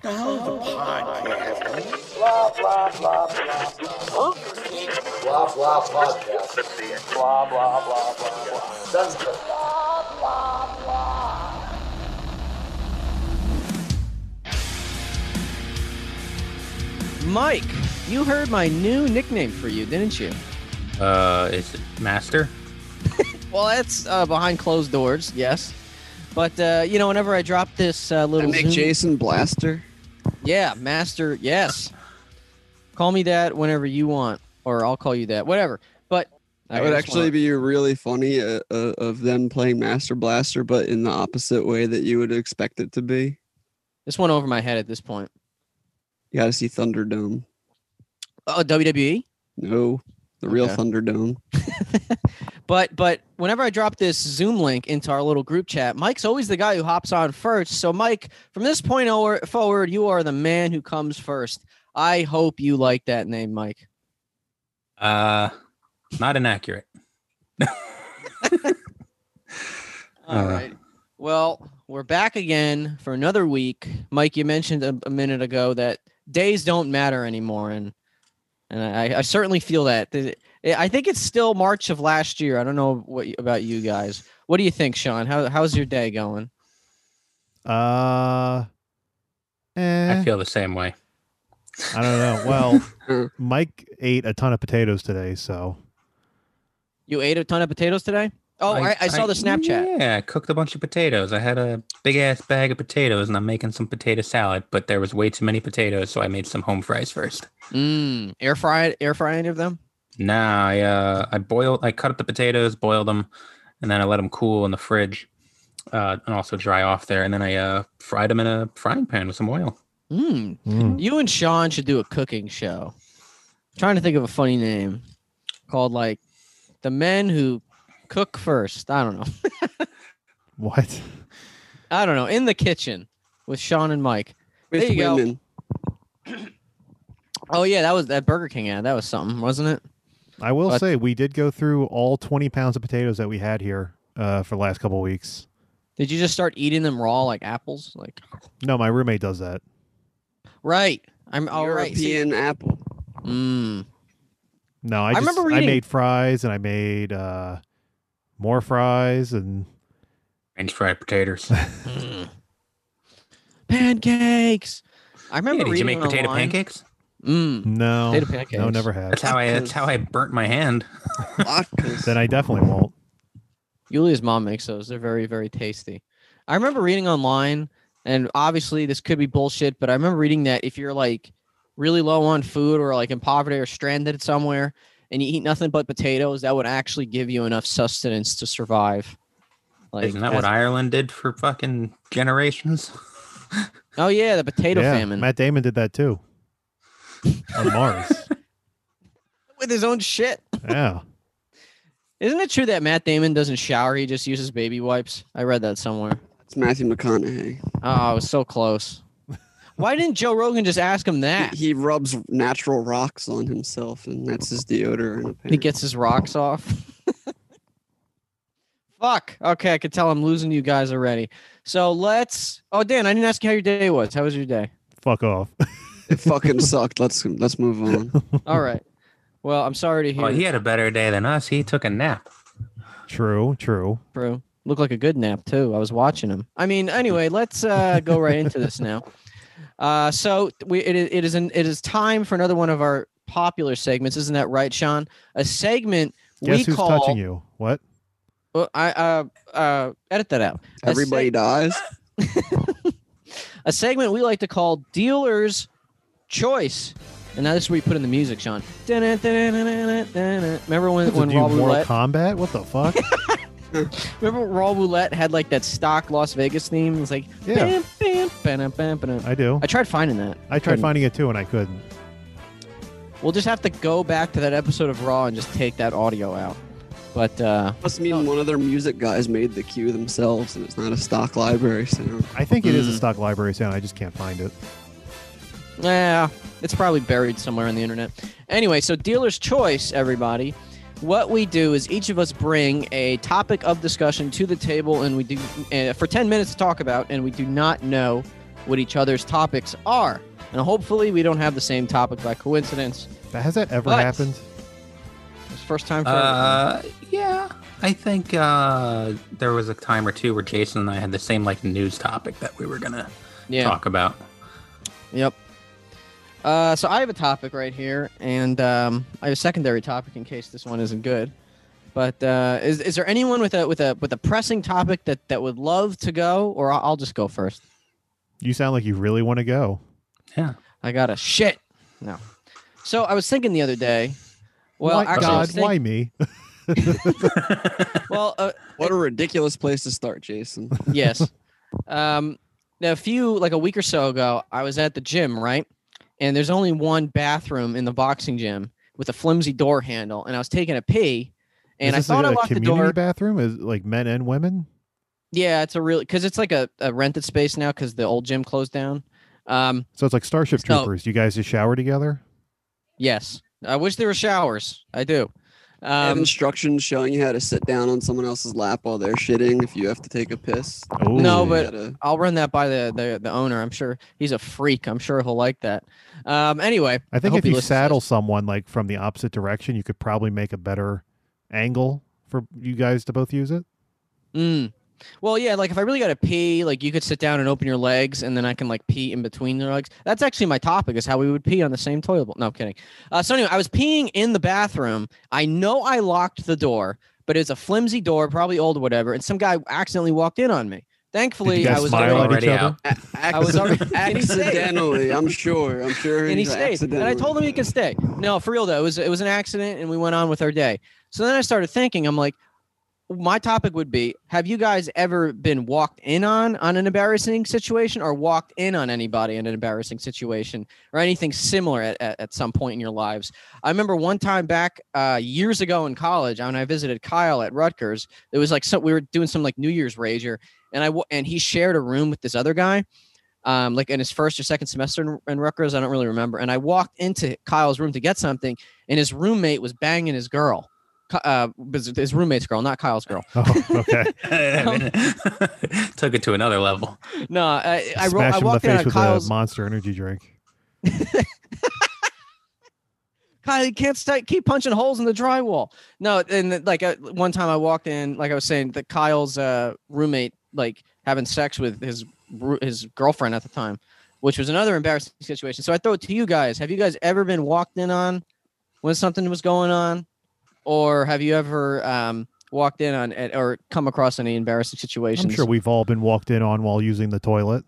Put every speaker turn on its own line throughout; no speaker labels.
The hell is a podcast?
Blah, blah, blah, blah, blah.
Blah blah podcast.
Blah, blah, blah, blah, blah.
Sounds good.
Mike, you heard my new nickname for you, didn't you?
Uh, is it master?
Well, that's uh, behind closed doors, yes. But uh, you know, whenever I drop this uh, little
Nick
Zoom-
Jason Blaster.
yeah, master, yes. Call me that whenever you want, or I'll call you that, whatever. But
That would actually be really funny uh, uh, of them playing Master Blaster, but in the opposite way that you would expect it to be.
this one over my head at this point.
You got to see Thunderdome.
Oh, WWE.
No, the real
Okay.
Thunderdome.
But but whenever I drop this Zoom link into our little group chat, Mike's always the guy who hops on first. So Mike, from this point o- forward, you are the man who comes first. I hope you like that name, Mike.
Uh, not inaccurate.
All
Uh.
right. Well, we're back again for another week. Mike, you mentioned a, a minute ago that days don't matter anymore, and and I, I certainly feel that. Th- I think it's still March of last year. I don't know what y- about you guys. What do you think, Sean? How, how's your day going?
Uh, eh,
I
I,
feel the same way.
don't know. Well, Mike ate a ton of potatoes today, so
You ate a ton of potatoes today? Oh, I, I, saw the Snapchat.
Yeah, I cooked a bunch of potatoes. I had a big ass bag of potatoes, and I'm making some potato salad. But there was way too many potatoes, so I made some home fries first.
Mm, air fry air fry any of them?
Nah, I uh, I boiled, I cut up the potatoes, boiled them, and then I let them cool in the fridge, uh, and also dry off there. And then I uh, fried them in a frying pan with some oil.
Mm.
mm,
You and Sean should do a cooking show. trying to think of a funny name called like the men who cook first. I don't know.
what?
I don't know. In the kitchen with Sean and Mike.
With
There you go.
women.
Oh yeah, that was that Burger King ad. That was something, wasn't it?
I will
But-
say we did go through all 20 pounds of potatoes that we had here uh, for the last couple of weeks.
Did you just start eating them raw like apples? Like
No, my roommate does that.
right. I'm all right. see-
European apple.
Mm.
No, I,
I
just,
remember
I
reading-
made fries and I made uh, more fries and
French fried potatoes.
Mm. Pancakes. I remember
Hey, did you
reading
make
it
potato
online.
pancakes?
Mm.
no,
Potato pancakes.
no, never have.
That's how I. That's how I burnt my hand.
Latkes.
Then I definitely won't.
Yulia's mom makes those. They're very, very tasty. I remember reading online, and obviously this could be bullshit, but I remember reading that if you're like really low on food or like in poverty or stranded somewhere and you eat nothing but potatoes, that would actually give you enough sustenance to survive. Like,
Isn't that what
that's-
Ireland did for fucking generations?
Oh yeah, the potato
yeah,
famine
Matt Damon did that too on Mars.
with his own shit.
Yeah,
Isn't it true that Matt Damon doesn't shower? He just uses baby wipes. I read that somewhere.
It's Matthew McConaughey. He-
Oh, I was so close. Why didn't Joe Rogan just ask him that?
He, rubs natural rocks on himself, and that's his deodorant.
He
apparently.
gets his rocks off. Fuck. Okay, I could tell I'm losing you guys already. So let's. Oh, Dan, I didn't ask you how your day was. How was your day?
fuck off.
it fucking sucked. Let's let's move on.
All right. Well, I'm sorry to hear.
Oh,
Well, he
yeah.
had a better day than us. He took a nap.
True, true.
Bro, looked like a good nap too. I was watching him. I mean, anyway, let's uh, go right into this now. Uh, so we it, i- it is an, it is time for another one of our popular segments, isn't that right, Sean? A segment
Guess
we
who's
call.
touching you? What?
Well, I uh, uh, edit that out. A
Everybody dies.
a segment we like to call Dealer's Choice. And now this is where you put in the music, Sean. Remember when,
What
when
to do,
Raw
Mortal
Roulette?
Kombat? What the fuck?
Remember Raw Roulette had like that stock Las Vegas theme? It's like
Yeah.
bam, bam, bam, bam, bam.
I do.
I tried finding that.
I tried finding it too and I couldn't.
We'll just have to go back to that episode of Raw and just take that audio out. But uh,
Must mean one of their music guys made the cue themselves, and it's not a stock library sound.
I think it is
Mm.
a stock library sound. I just can't find it.
Yeah, it's probably buried somewhere on the internet. Anyway, so dealer's choice, everybody. What we do is each of us bring a topic of discussion to the table, and we do uh, for ten minutes to talk about, and we do not know what each other's topics are. And hopefully, we don't have the same topic by coincidence.
Has that ever
But-
happened?
It's the first time for everything.
Uh, yeah. I think uh, there was a time or two where Jason and I had the same like news topic that we were gonna
yeah.
talk about.
Yep. Uh, so I have a topic right here, and um, I have a secondary topic in case this one isn't good. But uh, is is there anyone with a with a with a pressing topic that that would love to go, or I'll, I'll just go first?
You sound like you really want to go.
I got a shit. No. So I was thinking the other day. Well,
why,
actually, I
God,
was think-
why me?
well, uh,
What a ridiculous place to start, Jason.
yes. Um, now, a few like a week or so ago, I was at the gym, right? And there's only one bathroom in the boxing gym with a flimsy door handle, and I was taking a pee, and I
Is this
thought
a,
I locked the
community
door.
bathroom is it like men and women.
yeah, it's a really because it's like a, a rented space now because the old gym closed down. Um,
So it's like Starship
So-
Troopers. You guys just shower together.
yes, I wish there were showers. I do.
I have
Um,
instructions showing you how to sit down on someone else's lap while they're shitting if you have to take a piss.
Oh,
No,
You
but-
gotta-
I'll run that by the, the the owner. I'm sure he's a freak. I'm sure he'll like that. Um, anyway,
I think
hope
if
he
you
listens to this.
saddle someone like from the opposite direction, you could probably make a better angle for you guys to both use it.
Mm. Well, yeah, like if I really got to pee, like you could sit down and open your legs, and then I can like pee in between their legs. That's actually my topic is how we would pee on the same toilet bowl. No, I'm kidding. Uh, so anyway, I was peeing in the bathroom. I know I locked the door, but it's a flimsy door, probably old or whatever, and some guy accidentally walked in on me.
Did
Thankfully,
you guys
I was
smile
already-
at each
already
other?
out.
A-
I was already- and he stayed.
accidentally. I'm sure. I'm sure.
and he
he's
stayed. And I
accidentally-
told him he could stay. No, for real though, it was it was an accident, and we went on with our day. So then I started thinking, I'm like, my topic would be: Have you guys ever been walked in on on an embarrassing situation, or walked in on anybody in an embarrassing situation, or anything similar at, at, at some point in your lives? I remember one time back uh, years ago in college, when I visited Kyle at Rutgers, it was like so we were doing some like New Year's rager, and I wa- and he shared a room with this other guy um, like in his first or second semester in, in Rutgers. I don't really remember. And I walked into Kyle's room to get something, and his roommate was banging his girl, Ki- uh, his his roommate's girl, not Kyle's girl.
Oh, okay.
Took it to another level.
No, I, I, ro-
Smash
I
him in the
walked in
face
on
with
Kyle's.
a Monster Energy drink.
Kyle, you can't st- keep punching holes in the drywall. No, and th- like uh, one time I walked in, like I was saying, that Kyle's uh, roommate like having sex with his ru- his girlfriend at the time, which was another embarrassing situation. So I throw it to you guys: Have you guys ever been walked in on when something was going on, or have you ever um, walked in on at, or come across any embarrassing situations?
I'm sure we've all been walked in on while using the toilet.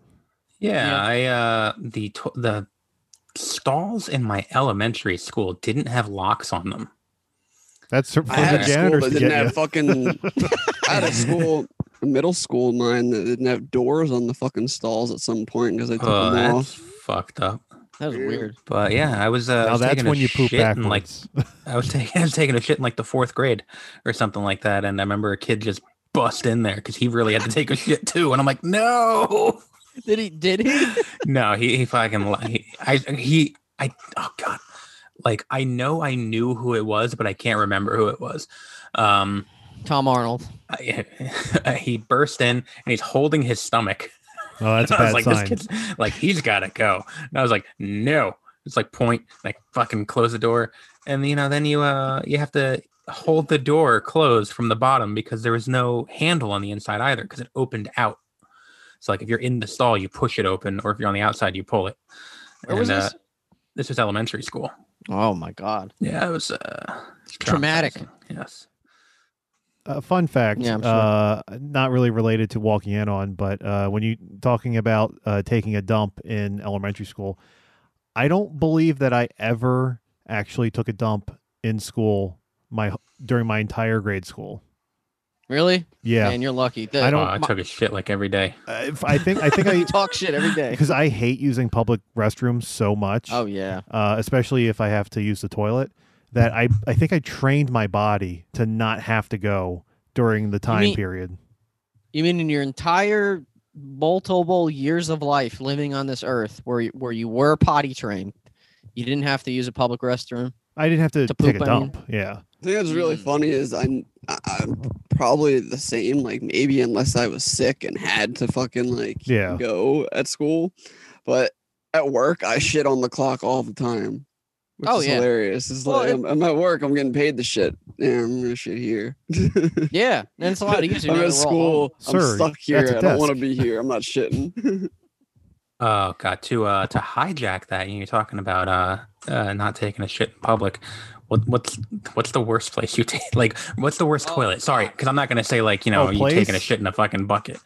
Yeah, I uh the to- the stalls in my elementary school didn't have locks on them.
That's for for
I had
the
a school
janitors
that
to
didn't
get
have
you.
fucking. I had a school, a middle school of mine that didn't have doors on the fucking stalls at some point because I took
Uh,
Oh,
them
that's
off.
fucked up.
that was weird.
But yeah, I was uh I
Now
was
that's
taking a
when you poop
shit in, like
backwards.
I was taking I was taking a shit in like the fourth grade or something like that, and I remember a kid just bust in there because he really had to take a shit too, and I'm like, no,
Did he? Did he?
no, he he fucking li- he, I he I oh god, like I know I knew who it was, but I can't remember who it was. Um,
Tom Arnold.
I, he burst in and he's holding his stomach.
oh, that's a
I
bad
was like,
sign.
this kid's like he's gotta go. And I was like, no. It's like point, like fucking close the door. And you know, then you uh you have to hold the door closed from the bottom because there was no handle on the inside either because it opened out. So like if you're in the stall, you push it open, or if you're on the outside, you pull it.
Where was
And, uh,
this?
this was elementary school.
Oh my God.
Yeah, it was uh
Traumatic.
traumatizing. Yes.
Uh, fun fact,
Yeah, I'm sure.
uh, not really related to walking in on, but uh, when you talking about uh, taking a dump in elementary school, I don't believe that I ever actually took a dump in school my during my entire grade school.
Really?
Yeah,
Man, you're lucky. The-
I
Oh,
don't-
I took a shit like every day.
Uh, if- I think I think I
talk shit every day.
because I hate using public restrooms so much.
Oh yeah.
uh, especially if I have to use the toilet, that I, I think I trained my body to not have to go during the time
mean-
period.
You mean in your entire multiple years of life living on this earth, where you, where you were potty trained, you didn't have to use a public restroom?
I didn't have to,
To
take a
poop, I mean.
dump. Yeah.
thing that's really
Mm.
funny is I'm I- I'm probably the same. Like maybe unless I was sick and had to fucking like
Yeah.
go at school, but at work I shit on the clock all the time. Which
Oh,
is
yeah.
hilarious. It's
Well,
like
it-
I'm, I'm at work. I'm getting paid to shit. Yeah, I'm gonna shit here.
Yeah, and it's a lot easier.
I'm
than
at
the roll home.
school. I'm
Sir,
stuck
that's
here.
a
I don't want to be here. I'm not shitting.
Oh god, to uh to hijack that, you're talking about uh, uh not taking a shit in public. What what's what's the worst place you take? Like, what's the worst
Oh,
toilet? Sorry, because I'm not gonna say like you know
Oh,
you taking a
place?
shit in a fucking bucket,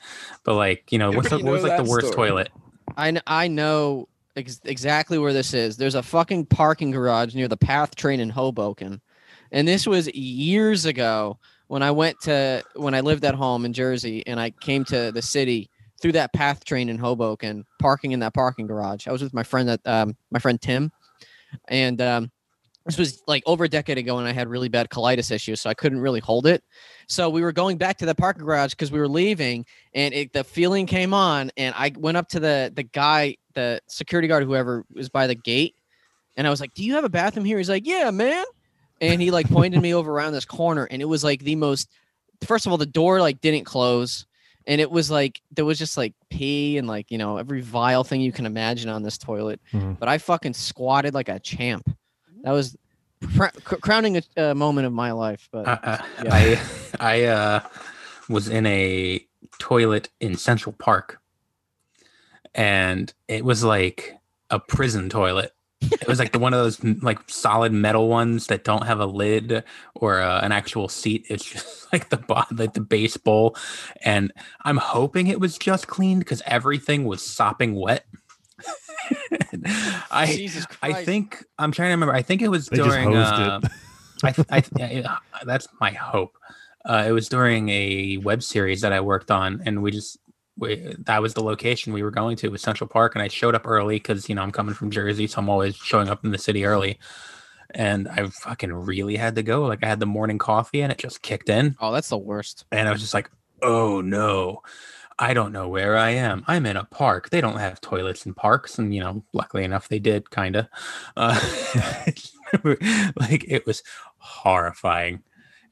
but like you know
You
what's the,
already
what's
know
like the
that
worst
story.
toilet?
I kn- I know ex- exactly where this is. There's a fucking parking garage near the PATH train in Hoboken, and this was years ago when I went to when I lived at home in Jersey, and I came to the city through that PATH train in Hoboken, parking in that parking garage. I was with my friend that um, my friend Tim, and um, this was like over a decade ago, and I had really bad colitis issues, so I couldn't really hold it. So we were going back to the parking garage because we were leaving, and it, the feeling came on and i went up to the the guy the security guard whoever was by the gate and i was like do you have a bathroom here he's like yeah man and he like pointed me over around this corner and it was like the most first of all the door like didn't close and it was like there was just like pee and like you know every vile thing you can imagine on this toilet
Mm-hmm.
Mhm.
but i fucking squatted like a champ that was pr- cr- crowning a, a moment of my life but
Uh, uh,
Yeah.
I I uh, was in a toilet in Central Park, and it was like a prison toilet. It was like the one of those m- like solid metal ones that don't have a lid or uh, an actual seat. It's just like the bo- like the base bowl, and I'm hoping it was just cleaned because everything was sopping wet. I
jesus christ
I think I'm trying to remember. I think it was
They just
during. Uh,
hosed
I, th- I, th- I- that's my hope. Uh, it was during a web series that I worked on, and we just we, that was the location we were going to was Central Park, and I showed up early because you know I'm coming from Jersey, so I'm always showing up in the city early. And I fucking really had to go. Like I had the morning coffee, and it just kicked in,
oh that's the worst
and I was just like, "Oh no, I don't know where I am. I'm in a park. They don't have toilets in parks, and you know, luckily enough, they did, kinda. Uh, like it was horrifying."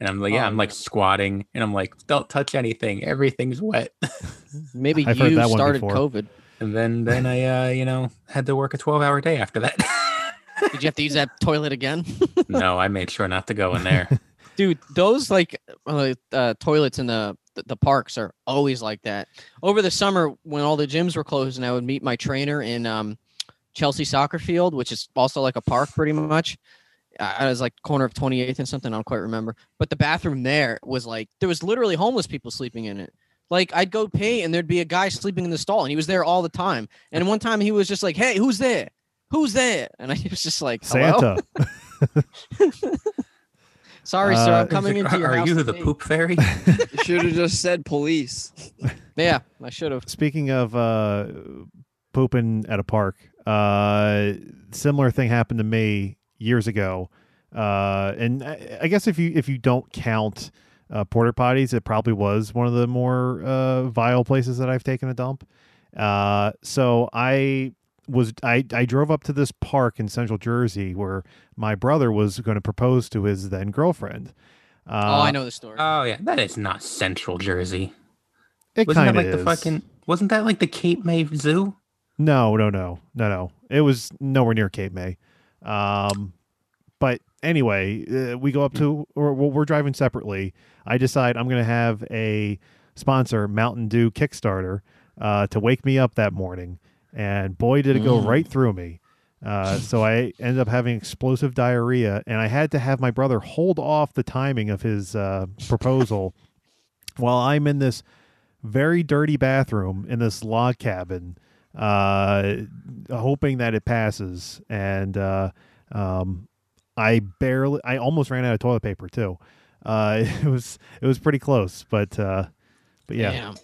And I'm like, yeah,
Oh,
I'm like
yeah.
squatting, and I'm like, don't touch anything. Everything's wet.
maybe
I've heard
you
that one
started
before.
covid
and then, then I, uh, you know, had to work a 12 hour day after that.
Did you have to use that toilet again?
no, I made sure not to go in there.
Dude, those like uh, uh, toilets in the the parks are always like that. Over the summer when all the gyms were closed and I would meet my trainer in um, Chelsea Soccer Field, which is also like a park pretty much. uh, I I was like corner of 28th and something, I don't quite remember. But the bathroom there was like there was literally homeless people sleeping in it. Like I'd go pee and there'd be a guy sleeping in the stall and he was there all the time. And one time he was just like, "Hey, who's there? Who's there?" And I was just like, "Hello?"
Santa.
Sorry, sir.
Uh,
I'm coming
Like,
into your
are, are
house.
you
to
the
pee."
poop fairy?
you should have just said police.
Yeah, I should have.
Speaking of uh, pooping at a park, uh, similar thing happened to me years ago. Uh, and I, I guess if you if you don't count uh, porter potties, it probably was one of the more uh, vile places that I've taken a dump. Uh, so I was I, I drove up to this park in Central Jersey where my brother was going to propose to his then girlfriend. Uh,
oh, I know the story.
oh yeah, that is not Central Jersey.
It
Wasn't that
kind of
like the fucking? Wasn't that like the Cape May Zoo?
No, no, no, no, no. It was nowhere near Cape May. Um, but anyway, uh, we go up to, or well, we're driving separately. I decide I'm going to have a sponsor, Mountain Dew Kickstarter, uh, to wake me up that morning. And boy, did it go
Mm.
right through me. Uh, so I ended up having explosive diarrhea, and I had to have my brother hold off the timing of his uh, proposal while I'm in this very dirty bathroom in this log cabin, uh, hoping that it passes. And uh, um, I barely, I almost ran out of toilet paper too. Uh, it was it was pretty close, but uh, but yeah,
Damn.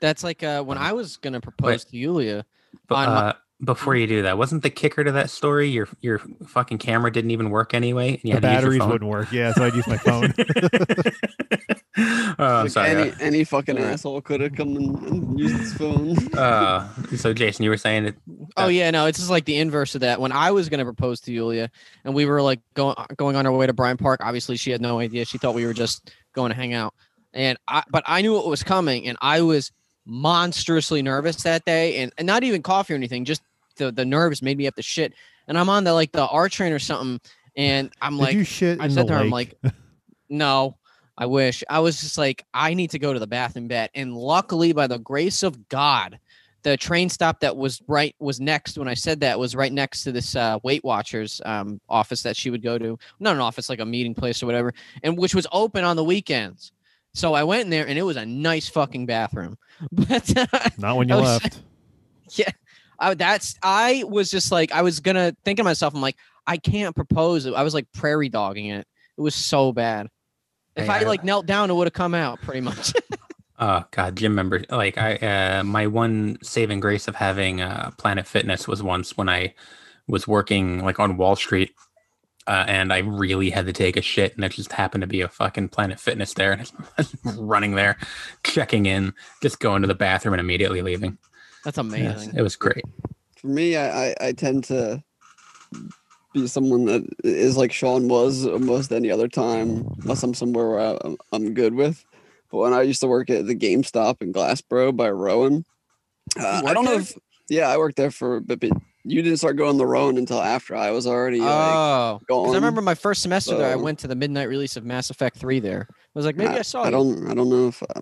That's like uh, when I was gonna propose to Yulia.
But
on my-
uh, before you do that, wasn't the kicker to that story your your fucking camera didn't even work anyway, and you
the
had to use
batteries
your phone?
wouldn't work. Yeah, so I'd use my phone.
oh, I'm
Like,
sorry.
any, any fucking
Alright.
asshole could have come and, and used his phone.
uh, so Jason, you were saying that
Oh yeah, no, it's just like the inverse of that. When I was gonna propose to Yulia, and we were like going going on our way to Bryant Park, obviously she had no idea. She thought we were just going to hang out, and I but I knew it was coming, and I was monstrously nervous that day, and, and not even coffee or anything, just the the nerves made me have to shit. And I'm on the like the R train or something, and I'm
Did
like,
you shit
I
in
said
the
to her, I'm
lake?
like, no, I wish. I was just like, I need to go to the bathroom bed. And luckily, by the grace of God, the train stop that was right was next when I said that was right next to this uh, Weight Watchers um, office that she would go to. Not an office, like a meeting place or whatever, and which was open on the weekends. So I went in there and it was a nice fucking bathroom. But uh,
Not when you
I was-
left.
I, that's I was just like I was gonna think to myself, I'm like, I can't propose. I was like prairie dogging it. It was so bad. If
Hey,
I
I-
like knelt down, it would have come out pretty much.
Oh God, gym member. Like I, uh, my one saving grace of having uh, Planet Fitness was once when I was working like on Wall Street, uh, and I really had to take a shit, and there just happened to be a fucking Planet Fitness there, and I was running there, checking in, just going to the bathroom and immediately leaving.
That's
Yes,
amazing.
it was great.
for me, I, I, I tend to be someone that is like Sean was almost any other time, unless I'm somewhere where I, I'm, I'm good with. But when I used to work at the GameStop in Glassboro by Rowan, uh, I
worked
don't know
there?
if, yeah, I worked there for a bit. But you didn't start going the Rowan until after I was already like, Oh.
Oh, 'cause
gone.
I remember my first semester there, I
so-
went to the midnight release of Mass Effect Three. There, I was like, maybe I, saw.
I
you.
don't, I don't know if I,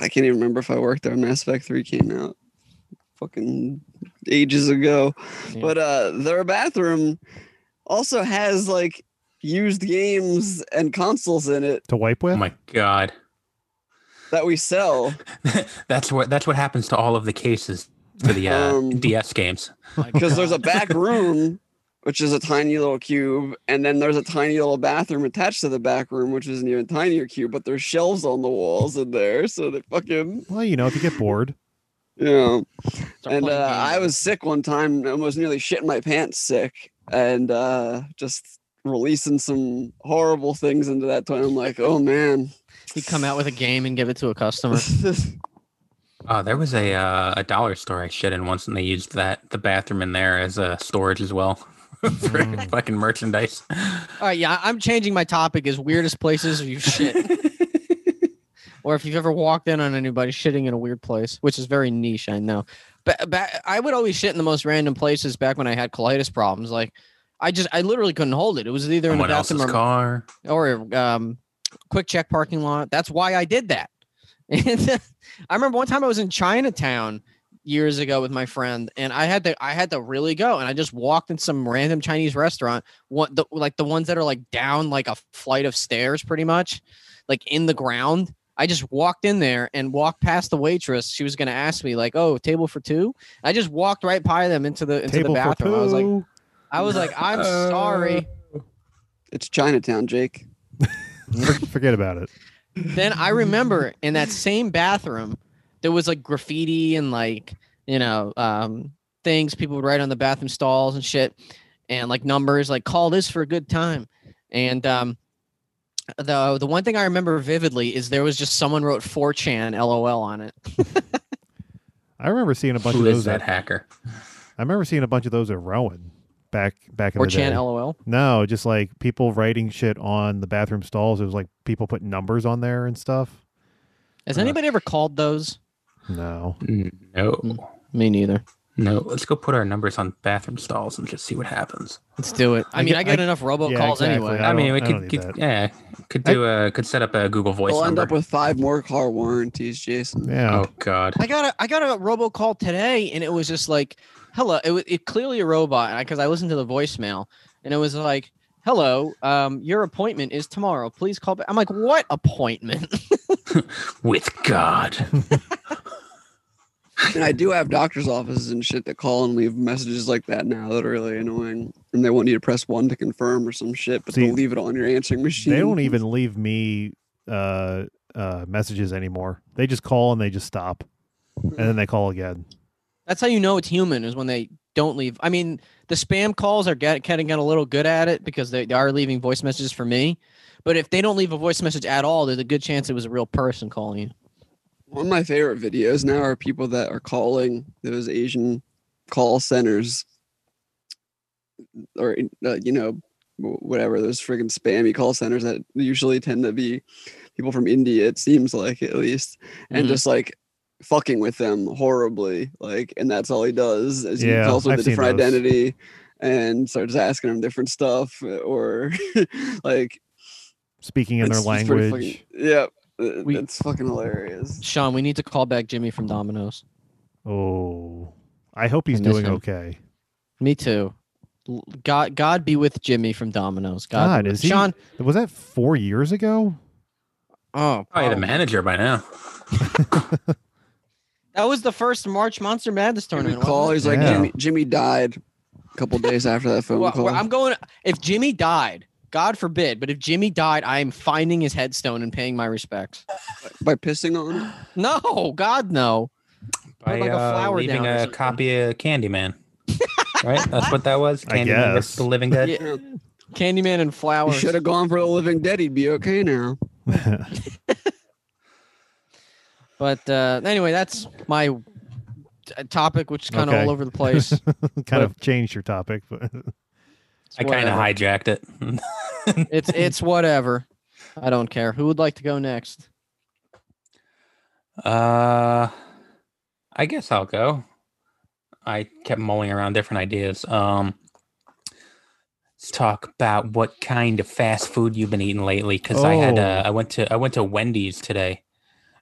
I can't even remember if I worked there. when Mass Effect 3 came out fucking ages ago.
Yeah.
But uh their bathroom also has like used games and consoles in it
To wipe
Oh
with?
my God,
that we sell.
that's what that's what happens to all of the cases for the uh,
Um,
DS games.
My
Because there's a
God.
back room which is a tiny little cube, and then there's a tiny little bathroom attached to the back room, which is an even tinier cube, but there's shelves on the walls in there, so they fucking
well, you know, if you get bored.
you know
Start
and
playing
uh, I
games.
was sick one time, and almost nearly shitting my pants sick, and uh, just releasing some horrible things into that toilet. I'm like, oh man,
He'd come out with a game and give it to a customer.
yeah,
Oh, there was a uh, a dollar store I shit in once, and they used that the bathroom in there as a storage as well for
Mm.
fucking merchandise.
All right, yeah, I'm changing my topic as weirdest places you shit. or if you've ever walked in on anybody shitting in a weird place, which is very niche, I know. But, but I would always shit in the most random places back when I had colitis problems. Like, I just, I literally couldn't hold it. It was either in the
Someone else's
bathroom or,
car.
or um, quick check parking lot. That's why I did that. And I remember one time I was in Chinatown years ago with my friend, and I had to I had to really go, and I just walked in some random Chinese restaurant, one the, like the ones that are like down like a flight of stairs, pretty much, like in the ground. I just walked in there and walked past the waitress. She was gonna ask me like, "Oh, table for two? I just walked right by them into the into
Table
the
for
bathroom. I was like,
poo.
I was like, I'm sorry.
it's Chinatown, Jake.
For- Forget about it.
then I remember in that same bathroom, there was like graffiti and like, you know, um, things people would write on the bathroom stalls and shit and like numbers like call this for a good time. And um, the the one thing I remember vividly is there was just someone wrote 4chan LOL on it.
I remember seeing a bunch
Who
of
is
those.
that
At,
hacker?
I remember seeing a bunch of those at Rowan back back in the day.
4chan LOL.
no, just like people writing shit on the bathroom stalls. It was like people putting numbers on there and stuff.
Has
Uh,
anybody ever called those?
No.
Mm, No,
Me neither.
no. Let's go put our numbers on bathroom stalls and just see what happens.
Let's do it.
I
I mean,
get-
I get
I-
enough robocalls
yeah, exactly.
anyway.
I
I, mean,
don't-
we
I
could,
don't need
could-
that.
yeah, could do uh could set up a Google Voice
We'll end
number.
up with five more car warranties, Jason.
Yeah.
oh God,
I got a I got a robocall today, and it was just like, "Hello." It was it clearly a robot because I listened to the voicemail, and it was like, "Hello, um, your appointment is tomorrow. Please call back." I'm like, "What appointment?"
with God.
And I do have doctor's offices and shit that call and leave messages like that now that are really annoying, and they want you to press one to confirm or some shit, but
See,
they'll leave it on your answering machine.
They don't even leave me uh, uh, messages anymore. They just call and they just stop, and then they call again.
That's how you know it's human is when they don't leave. I mean, the spam calls are get, kind of getting a little good at it because they, they are leaving voice messages for me. But if they don't leave a voice message at all, there's a good chance it was a real person calling you.
One of my favorite videos now are people that are calling those Asian call centers, or uh, you know, wh- whatever those friggin' spammy call centers that usually tend to be people from India. It seems like at least, and
Mm-hmm.
Mhm.
just like fucking with them horribly, like, and that's all he does is
Yeah,
he calls with
I've
a
seen
different
those.
identity and starts asking them different stuff or like
speaking in their
it's- it's pretty
language.
Fucking, yeah, uh,
We-
it's fucking hilarious.
Sean, we need to call back Jimmy from Domino's.
Oh, I hope he's
I miss
doing
him.
okay.
Me too. L- God, God be with Jimmy from Domino's. God, be
God,
with-
is he-
Sean?
Was that four years ago?
Oh,
Probably the
probably.
manager by now.
That was the first March Monster Madness
Every
tournament.
call,
wasn't
he's like
Yeah.
Jimmy. Jimmy died a couple days after that
it?
phone
Well,
call.
well, I'm going. If Jimmy died, God forbid, but if Jimmy died, I am finding his headstone and paying my respects.
By pissing on him.
No, God, no. Put,
By
like, a
uh,
flower
leaving
down or
a
something.
copy of Candyman. right? That's what that was.
I
Candyman
guess.
versus the Living Dead.
Yeah. Candyman and
He
flowers.
should have gone for the living dead. He'd be okay now.
But uh, anyway, that's my t- topic, which is kind of
Okay.
all over the place. It's
kind of changed your topic, but
I kind
whatever.
of hijacked it.
It's it's whatever. I don't care. Who would like to go next?
uh, I guess I'll go. I kept mulling around different ideas. Um, let's talk about what kind of fast food you've been eating lately. Because I had uh,
Oh.
I went to I went to Wendy's today.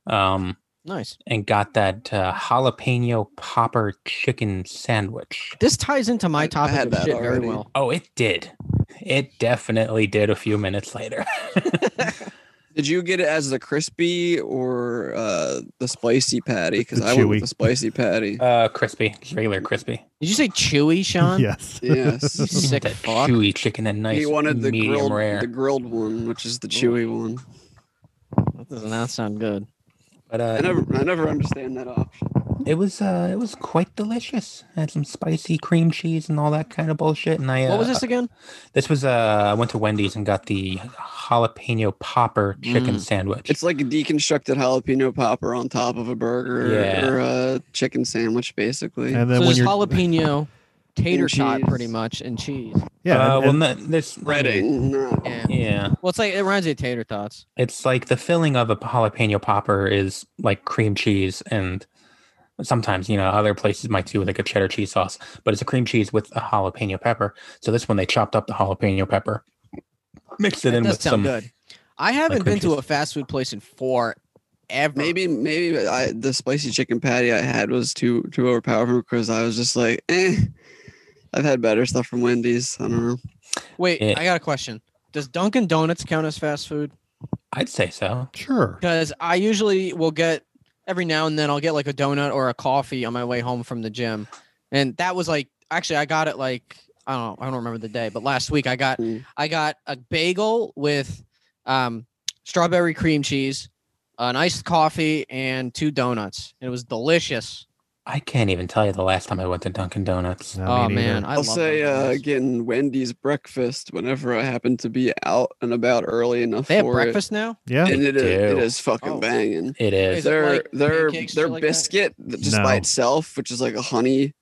Um,
Nice.
and got that uh, jalapeno popper chicken sandwich.
This ties into
I-
my
I
topic
had
of
that
shit very
already.
well.
Oh, it did. It definitely did a few minutes later.
Did you get it as the crispy or uh, the spicy patty? Because
The
I went with
chewy.
the spicy patty.
uh, crispy, just regular crispy.
Did you say chewy, Sean?
yes.
You
Yes.
sick
that
fuck.
chewy chicken and nice
he wanted the
medium
grilled,
rare.
the grilled one, which is the chewy one.
That does not sound good.
But
I
uh,
never, I never understand that option.
it was uh, it was quite delicious. I had some spicy cream cheese and all that kind of bullshit. And I uh,
What was this again?
This was uh, I went to Wendy's and got the jalapeno popper chicken
Mm.
sandwich.
It's like a deconstructed jalapeno popper on top of a burger
Yeah.
or a chicken sandwich, basically.
And then
So
when
there's
you're
jalapeno, tater tot,
cheese.
pretty much, and cheese.
yeah,
uh,
and-
well,
and
no, this
breading. not-
Yeah.
Yeah,
Well, it's like it reminds me of tater tots.
it's like the filling of a jalapeno popper is like cream cheese and sometimes you know other places might do like a cheddar cheese sauce but it's a cream cheese with a jalapeno pepper so this one they chopped up the jalapeno pepper mixed it
That
in
does
with
sound
some
good. I haven't
cream
been to
cheese.
a fast food place in forever.
Maybe, maybe I, the spicy chicken patty I had was too too overpowering because I was just like, eh. I've had better stuff from Wendy's. I don't know.
Wait,
Yeah.
I got a question. Does Dunkin' Donuts count as fast food?
i'd say so
sure.
Because I usually will get every now and then I'll get like a donut or a coffee on my way home from the gym, and that was like actually I got it like I don't know, I don't remember the day, but last week I got
Mm.
I got a bagel with um, strawberry cream cheese, an iced coffee, and two donuts. It was delicious.
i can't even tell you the last time i went to dunkin' donuts
No,
Oh
me neither.
man, I
I'll
love
say
Dunkin'
uh,
Donuts.
getting Wendy's breakfast whenever I happen to be out and about early enough
they have
for
breakfast now.
yeah.
it. And it is, it
do.
is fucking
Oh.
banging.
it is
Is it
Their
like
their
pancakes,
their
shit like that?
biscuit th- just by
No. Mm-hmm.
itself, which is like a honey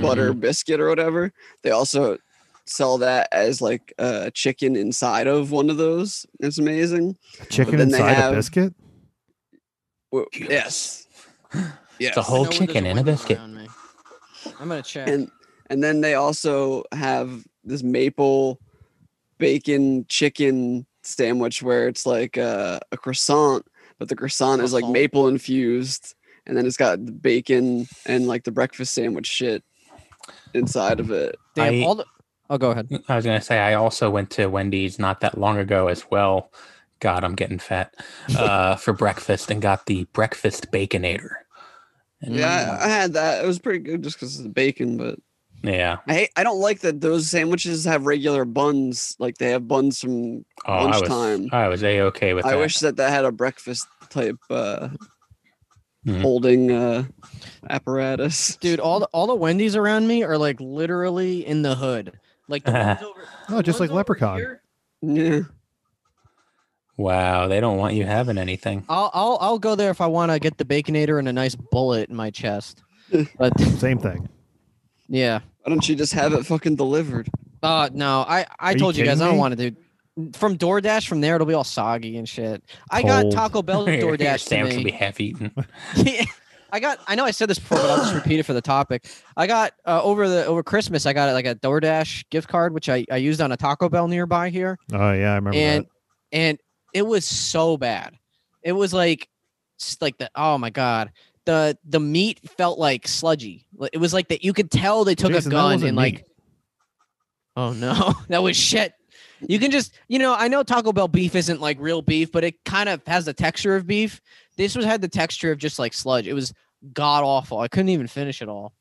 butter biscuit or whatever. They also sell that as like uh, chicken inside of one of those. It's amazing.
Chicken
then they
inside
have-
a biscuit?
Well, yes. Yes.
it's a
I
whole
know when there's
chicken and a
window
biscuit
around me. I'm gonna check.
and and then they also have this maple bacon chicken sandwich where it's like a, a croissant, but the croissant is like
Croissant.
maple infused, and then it's got the bacon and like the breakfast sandwich shit inside of it.
Damn,
I-
all the- oh, go ahead.
Mm-hmm. I was gonna say I also went to Wendy's not that long ago as well. God, I'm getting fat. Uh, for breakfast and got the breakfast baconator. And,
Yeah, I, I had that. It was pretty good just because of the bacon, but
yeah.
I hate, I don't like that those sandwiches have regular buns. Like they have buns from.
Oh, I was
Lunchtime.
I was a okay with
I
that.
wish that that had a breakfast type uh
Mm-hmm.
Mhm.
holding uh, apparatus.
dude. All the all the Wendy's around me are like literally in the hood. Like the ones over,
Oh,
the
just
ones
like
over
Leprechaun.
here,
Yeah.
Wow, they don't want you having anything.
I'll I'll I'll go there if I want to get the baconator and a nice bullet in my chest. But
Same thing.
yeah,
Why don't you just have it fucking delivered?
uh, no, I I
Are you
told you, guys
kidding
I don't
me?
want to do from DoorDash. From there, it'll be all soggy and shit. I got
Cold.
Taco Bell
Your
DoorDash to
sandwich
me.
will be half eaten.
Yeah, I got. I know I said this before, but I'll just repeat it for the topic. I got uh, over the over Christmas. I got like a DoorDash gift card, which I, I used on a Taco Bell nearby here,
Oh yeah, I remember
and
that.
and it was so bad. It was like s- like the oh my god the the meat felt like sludgy. Like, It was like that. You could tell they took
Jason,
a
that
gun
wasn't
and like
meat.
oh no, that was shit. You can just you know I know Taco Bell beef isn't like real beef, but it kind of has the texture of beef this was had the texture of just like sludge. It was god awful. I couldn't even finish it all.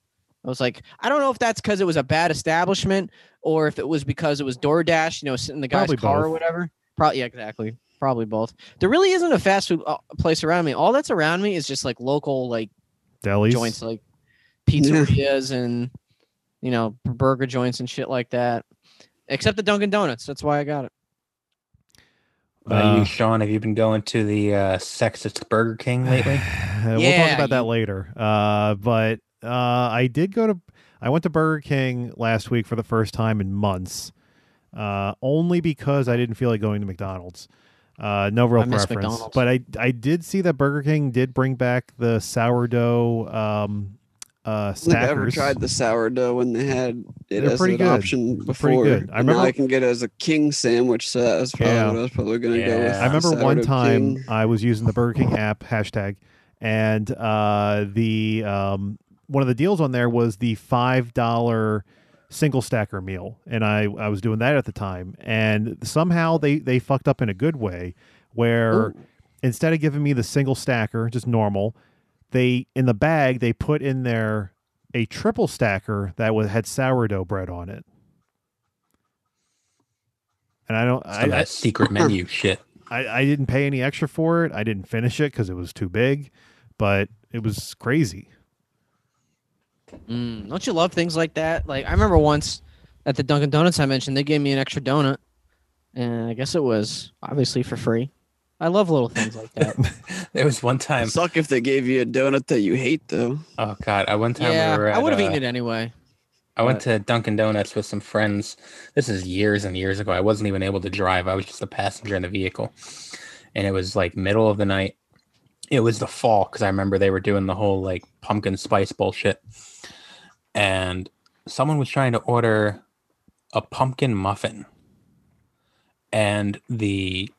I was like, I don't know if that's because it was a bad establishment or if it was because it was DoorDash, you know, sitting in the guy's
Probably
car or
both.
whatever. Probably, yeah, exactly. Probably both. There really isn't a fast food uh, place around me. All that's around me is just like local, like
Delis.
joints, like pizzerias and you know burger joints and shit like that. Except the Dunkin' Donuts. That's why I got it.
Uh,
Uh,
you, Sean, have you been going to the uh, sexist Burger King lately?
we'll talk
Yeah,
about that
you-
later. Uh, but uh, I did go to I went to Burger King last week for the first time in months, uh, only because I didn't feel like going to McDonald's. Uh, no real
I miss
preference,
McDonald's.
but I I did see that Burger King did bring back the sourdough um, uh,
I don't think I ever
stackers.
tried the sourdough when they had it
They're
as
pretty
an
good.
option before.
good. I
And now
remember-
I can get it as a king sandwich, so that's probably
Yeah.
what I was probably gonna go with.
Yeah.
I remember
the
one
sourdough
time
king.
I was using the Burger King app hashtag, and uh, the um, one of the deals on there was the five dollar single stacker meal, and I I was doing that at the time, and somehow they they fucked up in a good way, where instead of giving me the single stacker, just normal, they in the bag they put in there a triple stacker that was had sourdough bread on it. And I don't.
Some of
I,
that secret menu shit.
I, I didn't pay any extra for it. I didn't finish it because it was too big, but it was crazy.
Mm, don't you love things like that? Like I remember once at the Dunkin' Donuts I mentioned, they gave me an extra donut, and I guess it was obviously for free. I love little things like that.
There was one time.
Suck if they gave you a donut that you hate though.
Oh God! I one time
yeah,
we were at,
I would have
uh,
eaten it anyway.
I went to Dunkin' Donuts with some friends. This is years and years ago. I wasn't even able to drive. I was just a passenger in the vehicle. And it was like middle of the night. It was the fall because I remember they were doing the whole like pumpkin spice bullshit. And someone was trying to order a pumpkin muffin. And the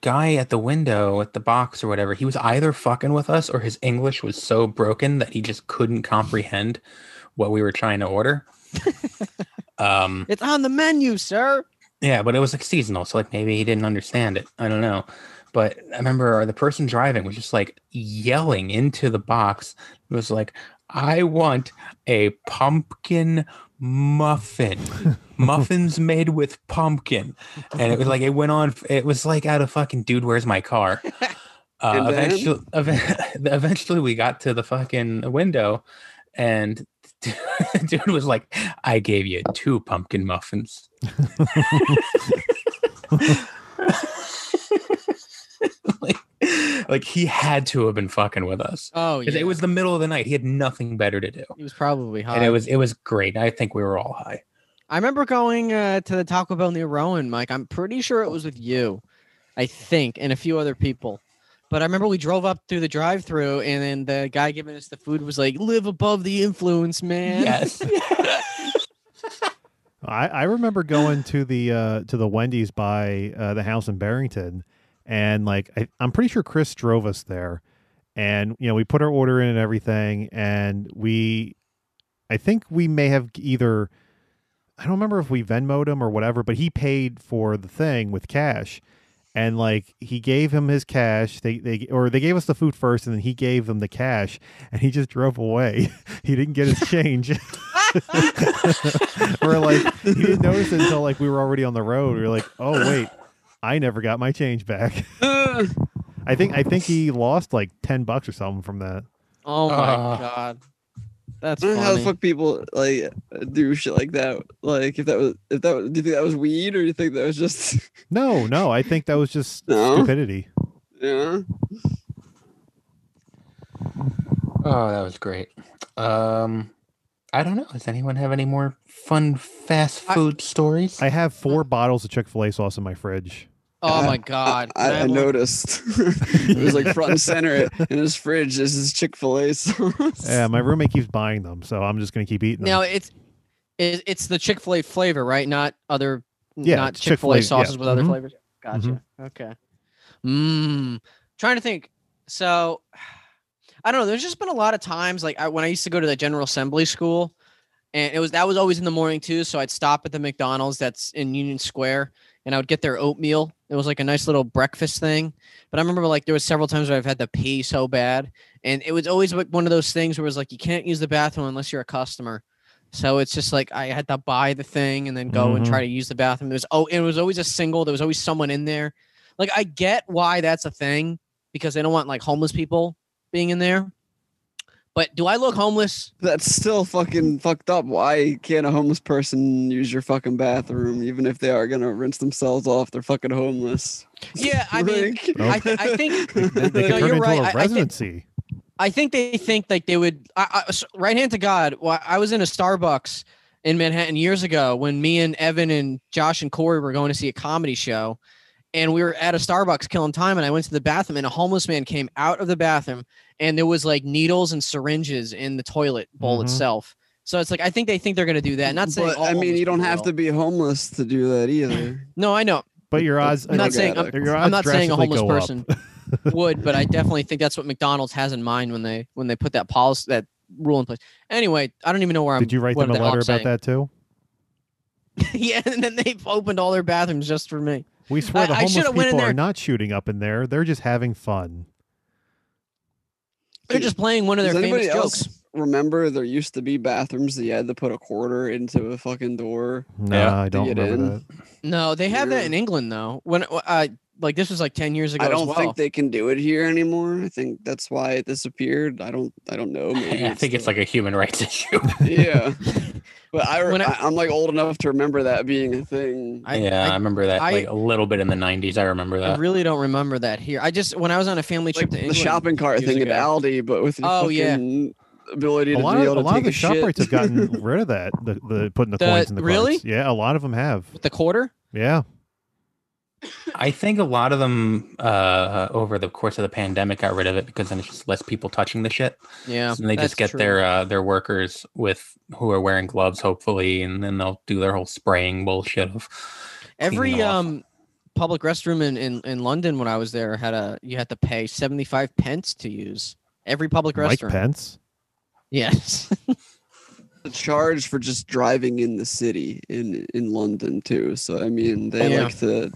guy at the window at the box or whatever, he was either fucking with us or his English was so broken that he just couldn't comprehend what we were trying to order. um,
It's on the menu, sir.
yeah, but it was like seasonal, so like maybe he didn't understand it. I don't know. But I remember the person driving was just like yelling into the box. It was like, "I want a pumpkin muffin, muffins made with pumpkin," and it was like it went on. It was like out of fucking dude, where's my car? Uh,
And then?
eventually, eventually, we got to the fucking window, and dude was like, "I gave you two pumpkin muffins." like, like he had to have been fucking with us.
Oh
'Cause
yeah,
It was the middle of the night. He had nothing better to do.
He was probably high.
And it was it was great. I think we were all high.
I remember going uh, to the Taco Bell near Rowan, Mike. I'm pretty sure it was with you, I think, and a few other people. But I remember we drove up through the drive-through, and then the guy giving us the food was like, "Live above the influence, man."
Yes.
I, I remember going to the uh, to the Wendy's by uh, the house in Barrington, and like I, I'm pretty sure Chris drove us there, and you know we put our order in and everything, and we, I think we may have either, I don't remember if we Venmoed him or whatever, but he paid for the thing with cash, and like he gave him his cash, they they or they gave us the food first, and then he gave them the cash, and he just drove away. he didn't get his change. we're like he didn't notice it until like we were already on the road. We were like, oh wait, I never got my change back. I I think I think he lost like ten bucks or something from that.
Oh my
Uh.
god, that's
I don't know how the
funny.
fuck people like do shit like that. Like if that was if that was, do you think that was weed or do you think that was just
No, no, I think that was just
No?
stupidity.
yeah?
Oh, that was great. Um, I don't know. Does anyone have any more fun fast
I-
food stories?
I have four bottles of Chick Fil A sauce in my fridge.
oh
I-
my god,
I,
Can
I, I
have one?
noticed it was like front and center in his fridge. This is Chick Fil A sauce.
Yeah, my roommate keeps buying them, so I'm just gonna keep eating them.
Now it's it, it's the Chick Fil A flavor, right? Not other,
Yeah,
not
it's
Chick Fil A
Chick-fil-A, yeah.
sauces
Mm-hmm.
with other
Mhm.
flavors. Gotcha. Okay. Mmm. Trying to think. So, I don't know. There's just been a lot of times, like I, when I used to go to the General Assembly school, and it was that was always in the morning too. So I'd stop at the McDonald's that's in Union Square, and I would get their oatmeal. It was like a nice little breakfast thing. But I remember like there was several times where I've had to pee so bad, and it was always like one of those things where it was like you can't use the bathroom unless you're a customer. So it's just like I had to buy the thing and then go and
Mhm.
try to use the bathroom. It was oh, it was always a single. There was always someone in there. Like I get why that's a thing because they don't want like homeless people being in there. But do I look homeless?
That's still fucking fucked up. Why can't a homeless person use your fucking bathroom, even if they are gonna rinse themselves off? They're fucking homeless.
Yeah, I mean,
Like-
I, th- I think
They, they
No,
could turn
you're
into
right. I- I
a
think-
residency.
I think they think like they would. I, I s- right hand to God. wh- I was in a Starbucks in Manhattan years ago when me and Evan and Josh and Corey were going to see a comedy show, and we were at a Starbucks killing time. And I went to the bathroom, and a homeless man came out of the bathroom, and there was like needles and syringes in the toilet bowl
Mhm.
itself. So it's like I think they think they're gonna do that. Not saying.
Mm-hmm. But,
all
I mean,
homeless
you don't
people
have
will.
to be homeless to do that either.
No, I know.
but your odds,
I'm not
Drug
saying. I'm,
addict.
your odds
I'm not saying a
drastically
homeless
go up.
person would, but I definitely think that's what McDonald's has in mind when they when they put that policy that rule in place. Anyway, I don't even know where I'm.
Did you write
what
them a
the hell I'm
letter about
saying.
that too?
yeah, and then they've opened all their bathrooms just for me.
We swear
I-
the
I
homeless
shoulda went in
people
there-
are not shooting up in there. They're just having fun.
They're
Dude,
just playing one of their
Does
famous
anybody
jokes.
else remember there used to be bathrooms that you had to put a quarter into a fucking door?
No,
Yeah.
I don't
Dig it
remember
in.
that.
No, they have that
Yeah.
in England though. When uh, like this was like ten years ago.
I
as
don't
well.
think they can do it here anymore. I think that's why it disappeared. I don't. I don't know. Maybe
I think it's like a human rights issue.
the- yeah. But I,
When
re-
I-
I, I'm like old enough to remember that being a thing.
I-
yeah, I, remember that
I-
like a little bit in the '90s. I remember
I
that.
really don't remember that here. I just when I was on a family trip
Like
to
the
England,
shopping cart
years
thing
ago.
at Aldi, but with your
Oh, yeah.
fucking ability
A
to
lot
be
of
able
a
to
lot of
take
the
a
shop
shit.
rights have gotten rid of that. The, the putting the,
The-
coins in the
really?
carts. Yeah, a lot of them have.
with the quarter.
Yeah,
I think a lot of them uh, over the course of the pandemic got rid of it because then it's just less people touching the shit.
Yeah,
and they
that's
just get
true.
their uh, their workers with who are wearing gloves, hopefully, and then they'll do their whole spraying bullshit of
every
cleaning off.
um public restroom in, in in London when I was there had a you had to pay seventy five pence to use every public
Mike
restroom.
Pence.
Yes,
the charge for just driving in the city in in London too. So I mean, they
Yeah.
like to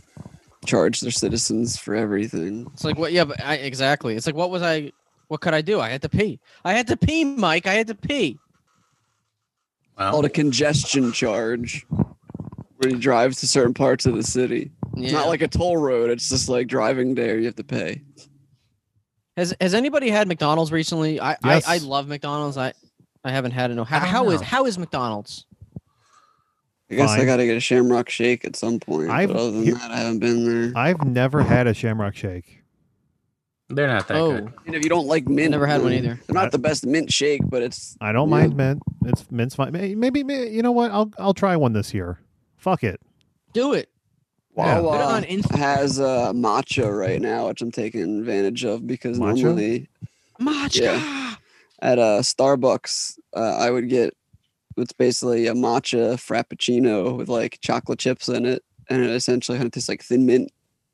charge their citizens for everything.
it's like what? Yeah, but I, exactly. It's like what was I? What could I do? I had to pee. I had to pee, Mike. I had to pee.
Well,
Called a congestion charge when you drive to certain parts of the city.
Yeah.
It's not like a toll road. It's just like driving there, you have to pay.
Has Has anybody had McDonald's recently? I
Yes.
I, I love McDonald's. I I haven't had it. No, how,
I don't
how is
know.
how is McDonald's?
I guess I
Fine.
gotta get a Shamrock Shake at some point.
I've-
but other than
here-
that, I haven't been there.
I've never had a Shamrock Shake.
they're not that
oh,
good.
and if you don't like mint,
never had one
then
either.
They're not the best mint shake, but it's
I don't
Yeah.
mind mint. It's mint's fine. May- Maybe, may- you know what? I'll I'll try one this year. Fuck it.
do it.
Yeah.
Put it
Wawa.
on Insta.
has uh, matcha right now, which I'm taking advantage of because
Matcha?
normally
Matcha.
at a Starbucks, uh, I would get it's basically a matcha frappuccino with like chocolate chips in it, and it essentially kind of tastes like thin mint.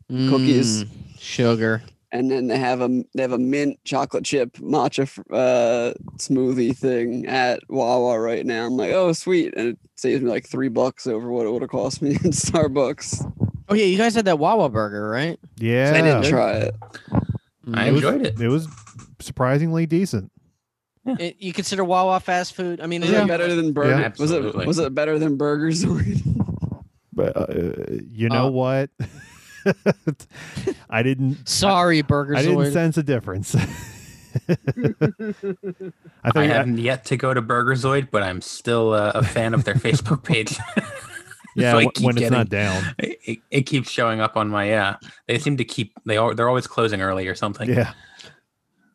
Cookies.
Mm, sugar.
And then they have a they have a mint chocolate chip matcha fr- uh, smoothie thing at Wawa right now. I'm like, oh sweet, and it saves me like three bucks over what it would have cost me in Starbucks.
Oh yeah, you guys had that Wawa burger, right?
Yeah,
I didn't try it.
Oh,
I
It was-
enjoyed it.
It was surprisingly decent.
It- you consider Wawa fast food? I mean,
Was
is
it
it-
better than burger? Was it
Absolutely.
was it better than burgers?
But uh, you know
Uh,
what? I didn't.
Sorry, Burger
I didn't
Zoid.
sense a difference. I
I
think I-
haven't yet to go to Burgerzoid, but I'm still uh, a fan of their Facebook page.
yeah,
So I
w-
keep
when it's not
getting-
down.
it, it, it keeps showing up on my. Uh, they seem to keep. They are. They're always closing early or something.
Yeah,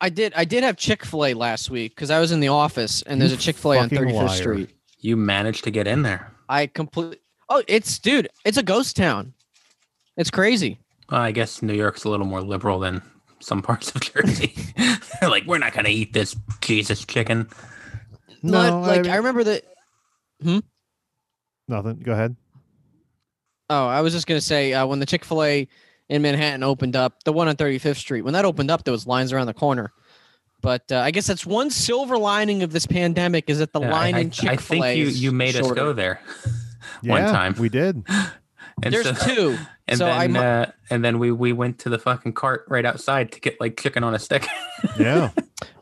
I did. I did have Chick Fil A last week because I was in the office and there's
You
a Chick Fil A on
fucking
35th
liar.
Street.
You managed to get in there.
I complete. Oh, it's dude. It's a ghost town. It's crazy.
Well, I guess New York's a little more liberal than some parts of Jersey. They're like, we're not gonna eat this Jesus chicken.
Not-
No, I
like
mean-
I remember that.
nothing. Go ahead.
Oh, I was just gonna say uh, when the Chick Fil A in Manhattan opened up, the one on 35th Street, when that opened up, there was lines around the corner. But uh, I guess that's one silver lining of this pandemic is that the
Yeah, I-
line
I,
in
I
Chick Fil
think
A.
you you made us go there
Yeah,
one time.
we did.
And
There's
so-
two.
And
so I
then
mu-
uh, and then we we went to the fucking cart right outside to get like chicken on a stick.
Yeah,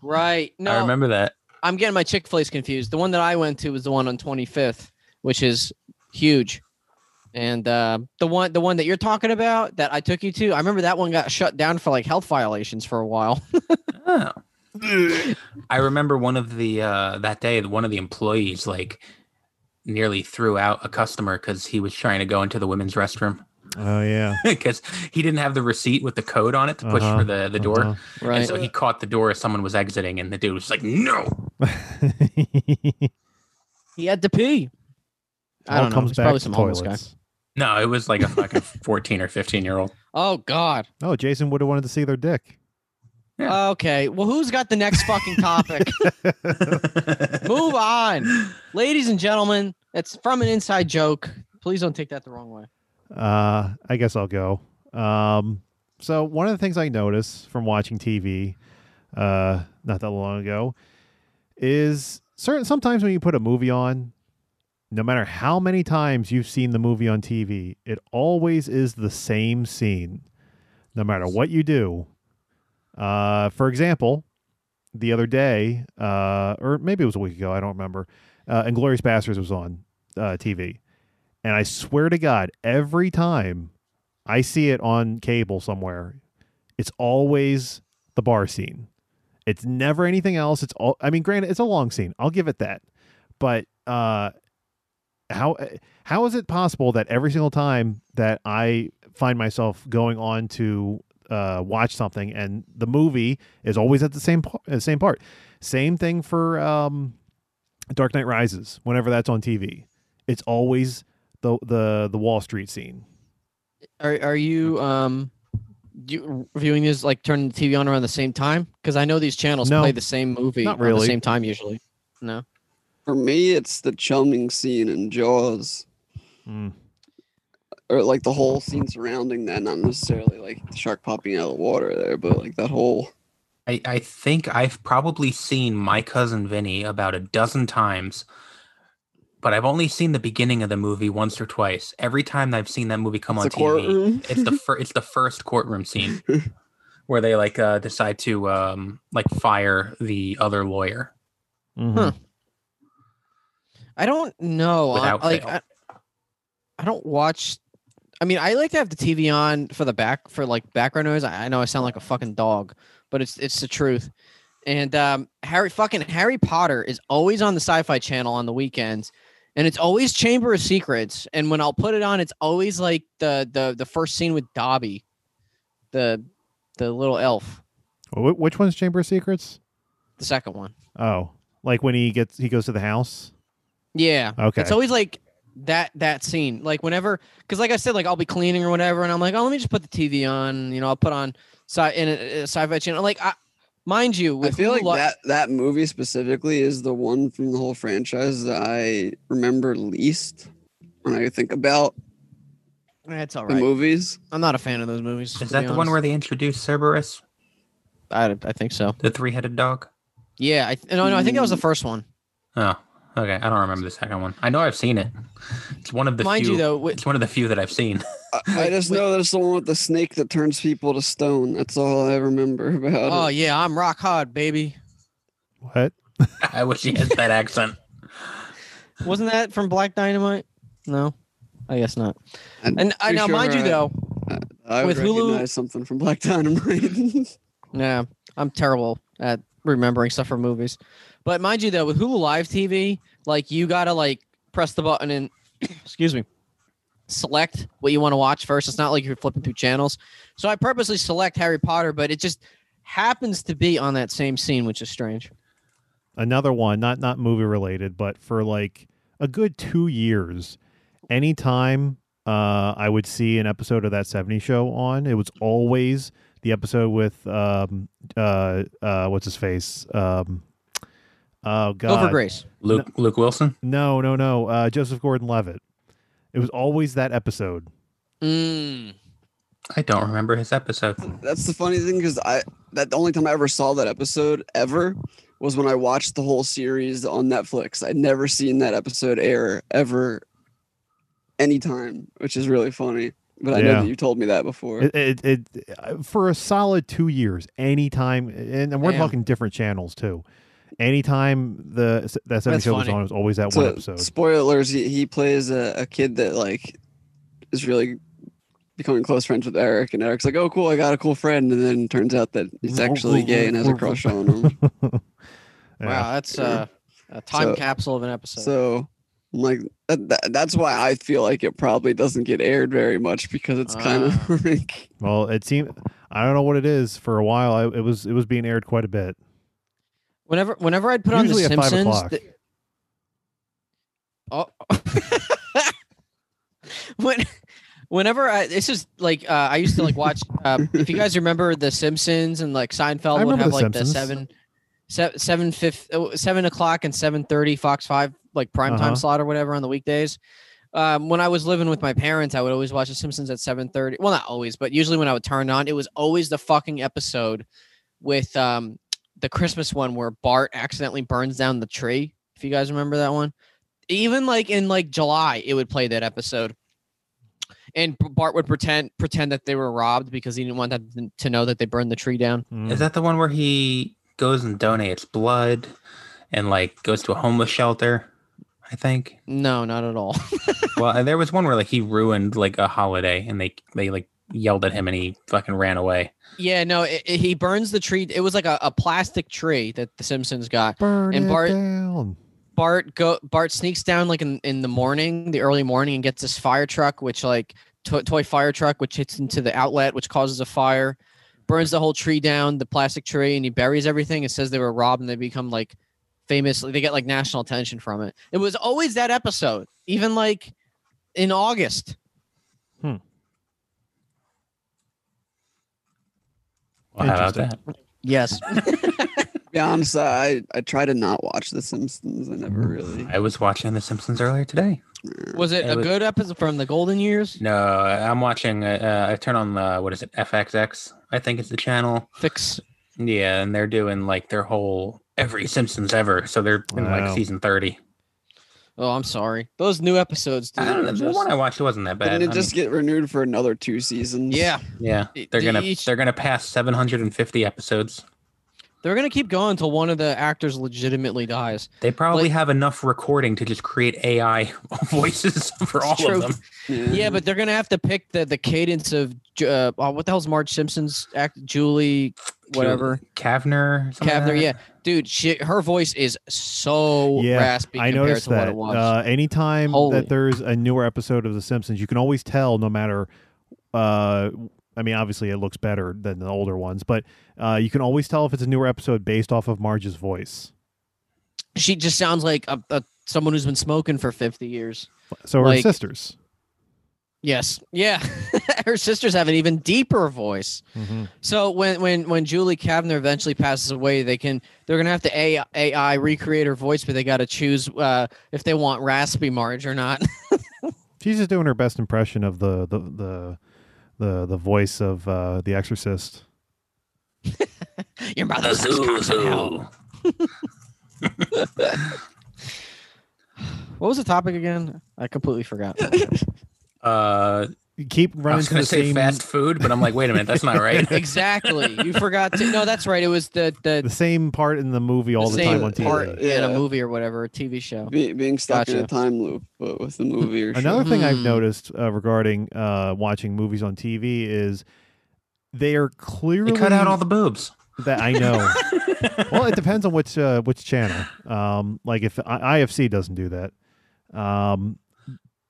right. No,
I remember that.
I'm getting my Chick Fil A's confused. The one that I went to was the one on 25th, which is huge, and uh, the one the one that you're talking about that I took you to, I remember that one got shut down for like health violations for a while.
Oh. I remember one of the uh, that day one of the employees like nearly threw out a customer because he was trying to go into the women's restroom
oh yeah.
because he didn't have the receipt with the code on it to push
Uh-huh,
for the the door.
Uh-huh.
And so he caught the door as someone was exiting, and the dude was like, "No!"
Uh-huh.
he had to pee. I
All
don't know.
comes
He's
back
probably
to
some homeless guy.
toilets.
No, it was like a fucking fourteen or fifteen year old.
Oh God.
Oh, Jason would have wanted to see their dick.
Yeah.
Okay. Well, who's got the next fucking topic? Move on, ladies and gentlemen. It's from an inside joke. Please don't take that the wrong way.
Uh, I guess I'll go. Um, so one of the things I notice from watching TV, uh, not that long ago, is certain sometimes when you put a movie on, no matter how many times you've seen the movie on TV, it always is the same scene, no matter what you do. Uh, for example, the other day, uh, or maybe it was a week ago, I don't remember. Uh, Inglorious Bastards was on uh, TV. And I swear to God, every time I see it on cable somewhere, it's always the bar scene. It's never anything else. It's all. I mean, granted, it's a long scene. I'll give it that. But uh, how how is it possible that every single time that I find myself going on to uh, watch something and the movie is always at the same par- uh, same part? Same thing for um, Dark Knight Rises. Whenever that's on TV, it's always the the the Wall Street scene.
Are Are you um, you viewing this like turning the TV on around the same time? Because I know these channels
No.
play the same movie
Not
at
really.
the same time usually. No.
For me, it's the chumming scene in Jaws, or like the whole scene surrounding that. Not necessarily like the shark popping out of the water there, but like that whole.
I, I think I've probably seen my cousin Vinny about a dozen times, but I've only seen the beginning of the movie once or twice. Every time I've seen that movie come on
the
TV,
courtroom.
it's the fir- it's the first courtroom scene where they like uh, decide to um, like fire the other lawyer.
Mm-hmm.
Huh. I don't know. I-
Without
like
fail.
I, I don't watch. I mean, I like to have the TV on for the back for like background noise. I, I know I sound like a fucking dog, but it's it's the truth. And um, Harry fucking Harry Potter is always on the Sci-Fi Channel on the weekends, and it's always Chamber of Secrets. And when I'll put it on, it's always like the the the first scene with Dobby, the the little elf,
Wh- Which one's Chamber of Secrets?
the second one.
Oh, like when he gets he goes to the house.
Yeah.
Okay.
It's always like that that scene. Like whenever, because like I said, like I'll be cleaning or whatever, and I'm like, oh, let me just put the TV on. You know, I'll put on sci in a, a sci-fi channel. Like, I, mind you,
I
with
feel like
Hulu-
that that movie specifically is the one from the whole franchise that I remember least when I think about
That's all
the
right.
movies.
I'm not a fan of those movies.
Is that the one where they introduce Cerberus,
I, I think so?
the three headed dog?
Yeah. I, th- no, no, I think that was the first one.
Oh, okay. I don't remember the second one. I know I've seen it. It's one of the
Mind
few.
you, though, wi-
it's one of the few that I've seen.
I, I just know that it's the one with the snake that turns people to stone. That's all I remember about
oh
it.
yeah, I'm rock hard, baby.
What?
I wish he had that accent.
Wasn't that from Black Dynamite? No, I guess not.
I'm
And I
pretty
now, mind you,
sure I-
though,
I, I
With
would
Hulu-
recognize something from Black Dynamite.
Yeah, I'm terrible at remembering stuff from movies. But mind you, though, with Hulu Live TV, like you gotta like press the button and excuse me, select what you want to watch first. It's not like you're flipping through channels. So I purposely select Harry Potter, but it just happens to be on that same scene, which is strange.
another one, not not movie related, but for like a good two years, anytime uh, I would see an episode of that 70 show on, it was always the episode with um uh uh what's his face um oh god
Over Grace.
Luke Luke Wilson.
no no no uh Joseph Gordon Levitt. It was always that episode.
Mm.
I don't remember his episode.
That's the funny thing because I that the only time I ever saw that episode ever was when I watched the whole series on Netflix. I'd never seen that episode air ever anytime, which is really funny. But I know
Yeah.
that you told me that before.
It, it, it uh, for a solid two years, anytime, and, and we're
Damn.
talking different channels too. Anytime the that 70
That's
show was
funny.
on, it was always that one
so,
episode.
spoilers, he, he plays a, a kid that like is really becoming close friends with Eric and Eric's like, Oh cool, I got a cool friend and then turns out that he's actually gay and has a crush on him.
Yeah.
Wow, that's uh, a time
So-
capsule of an episode.
So I'm like, that, that, that's why I feel like it probably doesn't get aired very much because it's kind of like,
Well, it seemed I don't know what it is. For a while, I, it was it was being aired quite a bit.
whenever whenever I'd put on The
Usually at five
Simpsons,
o'clock.
the- Oh. when, whenever I this is like uh, I used to like watch. Uh, if you guys remember The Simpsons and like Seinfeld would
remember
have
The
like the
Simpsons.
seven, se- seven fif- oh, seven o'clock and seven thirty Fox Five like prime
Uh-huh.
time slot or whatever on the weekdays. Um, when I was living with my parents, I would always watch The Simpsons at seven thirty. Well, not always, but usually when I would turn it on, it was always the fucking episode with um the Christmas one where Bart accidentally burns down the tree. If you guys remember that one, even like in like July, it would play that episode, and B- Bart would pretend pretend that they were robbed because he didn't want them to know that they burned the tree down.
Mm.
Hmm.
Is that the one where he goes and donates blood and like goes to a homeless shelter? I think.
No, not at all.
Well, and there was one where like he ruined like a holiday and they they like yelled at him and he fucking ran away.
yeah, no, it, it- he burns the tree. It was like a, a plastic tree that the Simpsons got.
Burn
and
it
Bart-
down.
Bart go Bart sneaks down like in, in the morning, the early morning, and gets this fire truck, which like to- toy fire truck, which hits into the outlet, which causes a fire, burns the whole tree down, the plastic tree, and he buries everything. It says they were robbed, and they become like famous. They get like national attention from it. It was always that episode, even like in August.
Well, how about that?
Interesting.
Yes,
to be honest, I, I try to not watch The Simpsons. I never really.
I was watching The Simpsons earlier today.
was it
It
a
was-
good episode from the golden years?
No, I'm watching. Uh, uh, I turn on the what is it? FXX, I think it's the channel.
Fix.
Yeah, and they're doing like their whole every Simpsons ever. So they're in
Wow.
like season thirty.
Oh, I'm sorry. Those new episodes, dude.
I don't
are
know. The
just-
one I watched wasn't that bad.
Didn't it
I
just get renewed for another two seasons?
yeah,
mean, yeah,
it-
they're
the-
gonna
each-
they're gonna pass 750 episodes.
They're gonna keep going until one of the actors legitimately dies.
They probably
Like-
have enough recording to just create AI voices for all
true.
of them.
Yeah.
Yeah, but they're gonna have to pick the the cadence of Ju- uh, oh, what the hell's Marge Simpson's act? Julie, whatever
Kavner, something like
Kavner.
that?
Yeah, dude, she, her voice is so
Yeah,
raspy
I
compared
noticed
to
that.
what it was.
Uh, anytime
Holy.
that there's a newer episode of The Simpsons, you can always tell, no matter. Uh, I mean, obviously, it looks better than the older ones, but uh, you can always tell if it's a newer episode based off of Marge's voice.
she just sounds like a, a someone who's been smoking for fifty years.
So her
Like-
sisters.
Yes, yeah, her sisters have an even deeper voice.
Mhm.
So when when when Julie Kavner eventually passes away, they can they're gonna have to AI, AI recreate her voice, but they got to choose uh, if they want raspy Marge or not.
She's just doing her best impression of the the the the, the voice of uh, The Exorcist.
Your
The
mother's such constant hell.
Zuzu.
What was the topic again? I completely forgot.
Uh,
you keep
I
running
was
to
going
the
to say
same
fast food, but I'm like, wait a minute, that's not right.
exactly. You forgot to. No, that's right. It was the the,
the same part in the movie all the,
same
time on TV.
part in a
Yeah.
movie or whatever, a TV show.
Be, being stuck in a
Gotcha.
time loop, but with the movie or
Another
show.
thing I've
Hmm.
noticed uh, regarding uh, watching movies on TV is they are
They
clearly
cut out all the boobs.
that I know. well, it depends on which uh, which channel. Um, like if I- IFC doesn't do that, um,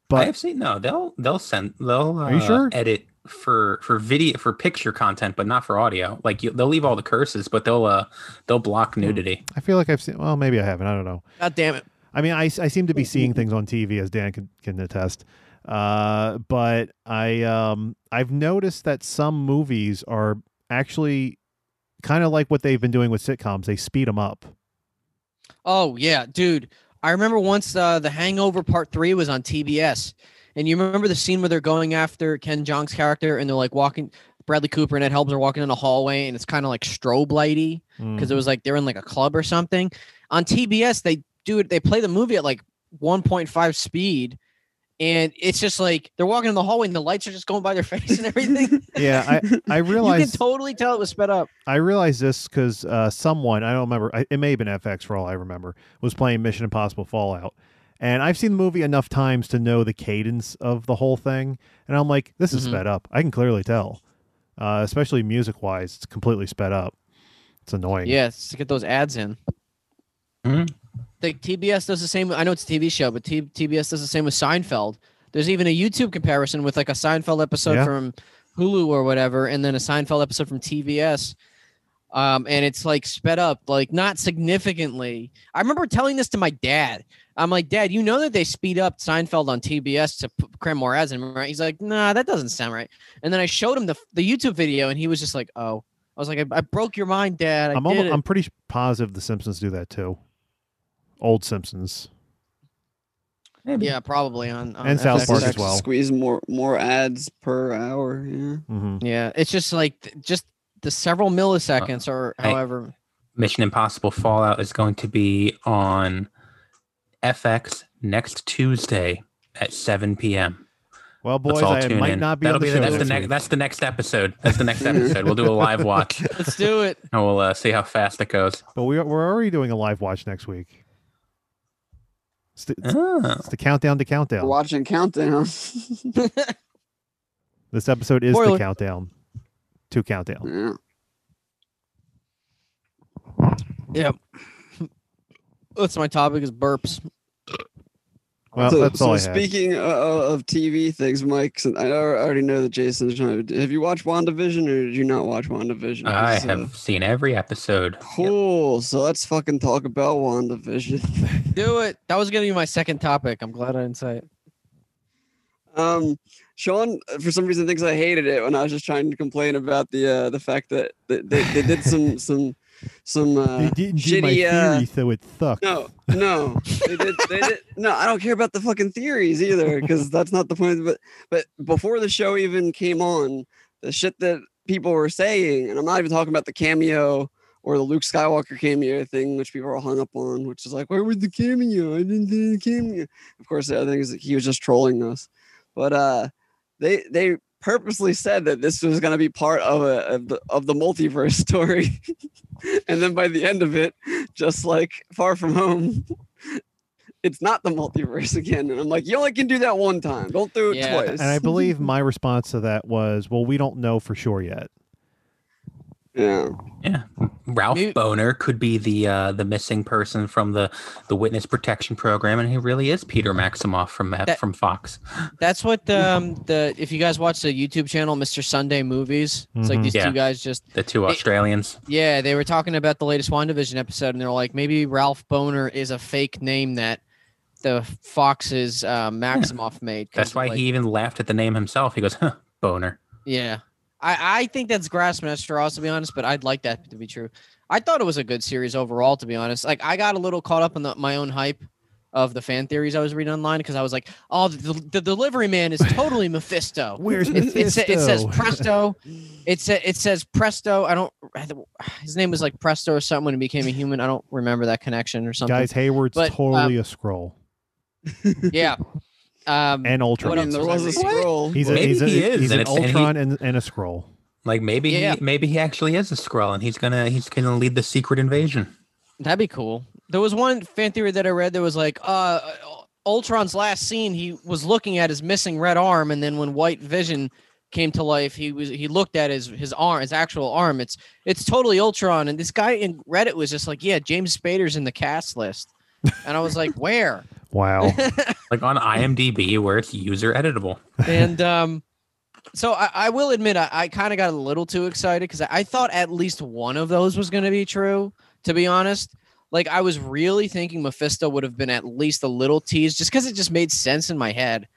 but
IFC, no, they'll they'll send they'll uh,
Are you sure?
edit for for video for picture content, but not for audio. Like you, they'll leave all the curses, but they'll uh they'll block nudity.
I feel like I've seen. Well, maybe I haven't. I don't know.
God damn it.
I mean, I, I seem to
Mm,
be seeing things on TV as Dan can, can attest. Uh, but I um I've noticed that some movies are actually kind of like what they've been doing with sitcoms. They speed them up.
Oh yeah, dude. I remember once uh, the Hangover Part Three was on TBS, and you remember the scene where they're going after Ken Jong's character, and they're like walking. Bradley Cooper and Ed Helms are walking in a hallway, and it's kind of like strobe lighty
Hmm.
because
Mm-hmm.
it was like they're in like a club or something. On TBS, they do it. They play the movie at like 1.5 speed, and it's just like they're walking in the hallway, and the lights are just going by their face and everything.
yeah, I I
you
realized
can totally tell it was sped up.
I realized this because uh, someone I don't remember. I, it may have been FX for all I remember was playing Mission Impossible Fallout, and I've seen the movie enough times to know the cadence of the whole thing. And I'm like, this is
Mhm.
sped up. I can clearly tell, uh, especially music wise, it's completely sped up. It's annoying.
Yeah, it's to get those ads in.
Mhm.
Like TBS does the same. I know it's a TV show, but T- TBS does the same with Seinfeld. There's even a YouTube comparison with like a Seinfeld episode
Yeah.
from Hulu or whatever, and then a Seinfeld episode from TBS. Um, and it's like sped up, like not significantly. I remember telling this to my dad. I'm like, Dad, you know that they speed up Seinfeld on TBS to p- cram more ads in, right? He's like, Nah, that doesn't sound right. And then I showed him the the YouTube video, and he was just like, Oh. I was like, I, I broke your mind, Dad. I
I'm
did
almost,
it."
I'm pretty positive the Simpsons do that too. Old Simpsons.
Maybe.
Yeah, probably on, on
And South
FX.
Park as
Just
well.
Squeeze more more ads per hour. Yeah.
hmm
Yeah, it's just like th- just the several milliseconds or
Uh, hey.
however.
Mission Impossible Fallout is going to be on FX next Tuesday at 7 p.m.
Well, boys,
Let's all
I
tune
might
in.
not be
That'll
on the
be
show
that's the
this
next
week.
that's the next episode. That's the next episode. We'll do a live watch and
Let's do it.
we'll uh, see how fast it goes.
But we, are- we're already doing a live watch next week. It's the, it's-
Oh.
it's the countdown to countdown.
We're watching countdown.
This episode is the
Spoiler.
countdown to countdown.
yeah.
Yep. That's my topic is burps.
Well,
so,
that's
so
all I had.
speaking o- o- of TV things, Mike, since I al- already know that Jason's trying to. Have you watched WandaVision or did you not watch WandaVision?
I
'Cause, uh,
have seen every episode.
Cool. So let's fucking talk about WandaVision.
Do it. That was gonna be my second topic. I'm glad I didn't say it.
um, Sean, uh, for some reason, thinks I hated it when I was just trying to complain about the uh, the fact that they, they, they did some some some uh,
You didn't do my
shitty. uh,
theory, so it sucked.
No, no, they did. They did. No, I don't care about the fucking theories either, because that's not the point. But but before the show even came on, the shit that people were saying, and I'm not even talking about the cameo or the Luke Skywalker cameo thing, which people are hung up on, which is like, where was the cameo? I didn't see the cameo. Of course, the other thing is that he was just trolling us. But uh, they they purposely said that this was going to be part of a of the, of the multiverse story, and then by the end of it, just like Far From Home. It's not the multiverse again, and I'm like, you only can do that one time. Don't do it
Yeah.
twice.
And I believe my response to that was, "Well, we don't know for sure yet."
yeah.
Yeah, Ralph
Maybe-
Boner could be the uh, the missing person from the the witness protection program, and he really is Peter Maximoff from uh,
That-
from Fox.
That's what um the if you guys watch the YouTube channel Mr. Sunday Movies, it's like
Mhm.
these
Yeah.
two guys just
The two
It-
Australians.
yeah they were talking about the latest WandaVision episode and they're like maybe Ralph Boner is a fake name that the Fox's uh, Maximoff made. 'cause,
That's why
like,
he even laughed at the name himself. He goes, huh, "Boner."
Yeah. I, I think that's grasping at straws to be honest, but I'd like that to be true. I thought it was a good series overall, to be honest. Like I got a little caught up in the, my own hype of the fan theories I was reading online because I was like, "Oh, the, the delivery man is totally Mephisto."
Where's
it, it, sa- it says
Mephisto?
Presto. It sa- it says Presto. I don't. His name was like Presto or something when he became a human. I don't remember that connection or something.
Guys, Hayward's
But,
totally a scroll.
yeah. Um,
and Ultron.
What
I
else
mean, there
was I
was a
reading?
scroll.
He's a,
Maybe
he's a,
he is,
he's an
and it's- and he-
Ultron and, and a scroll.
Like maybe
Yeah.
he, maybe he actually is a Skrull and he's gonna he's gonna lead the secret invasion.
that'd be cool. There was one fan theory that I read that was like, uh, Ultron's last scene, he was looking at his missing red arm, and then when White Vision came to life, he was he looked at his his arm, his actual arm. It's it's totally Ultron, and this guy in Reddit was just like, yeah, James Spader's in the cast list, and I was like, where?
Wow.
Like on IMDb where it's user editable.
and um, so I, I will admit I, I kind of got a little too excited because I, I thought at least one of those was going to be true. To be honest, like I was really thinking Mephisto would have been at least a little teased, just because it just made sense in my head.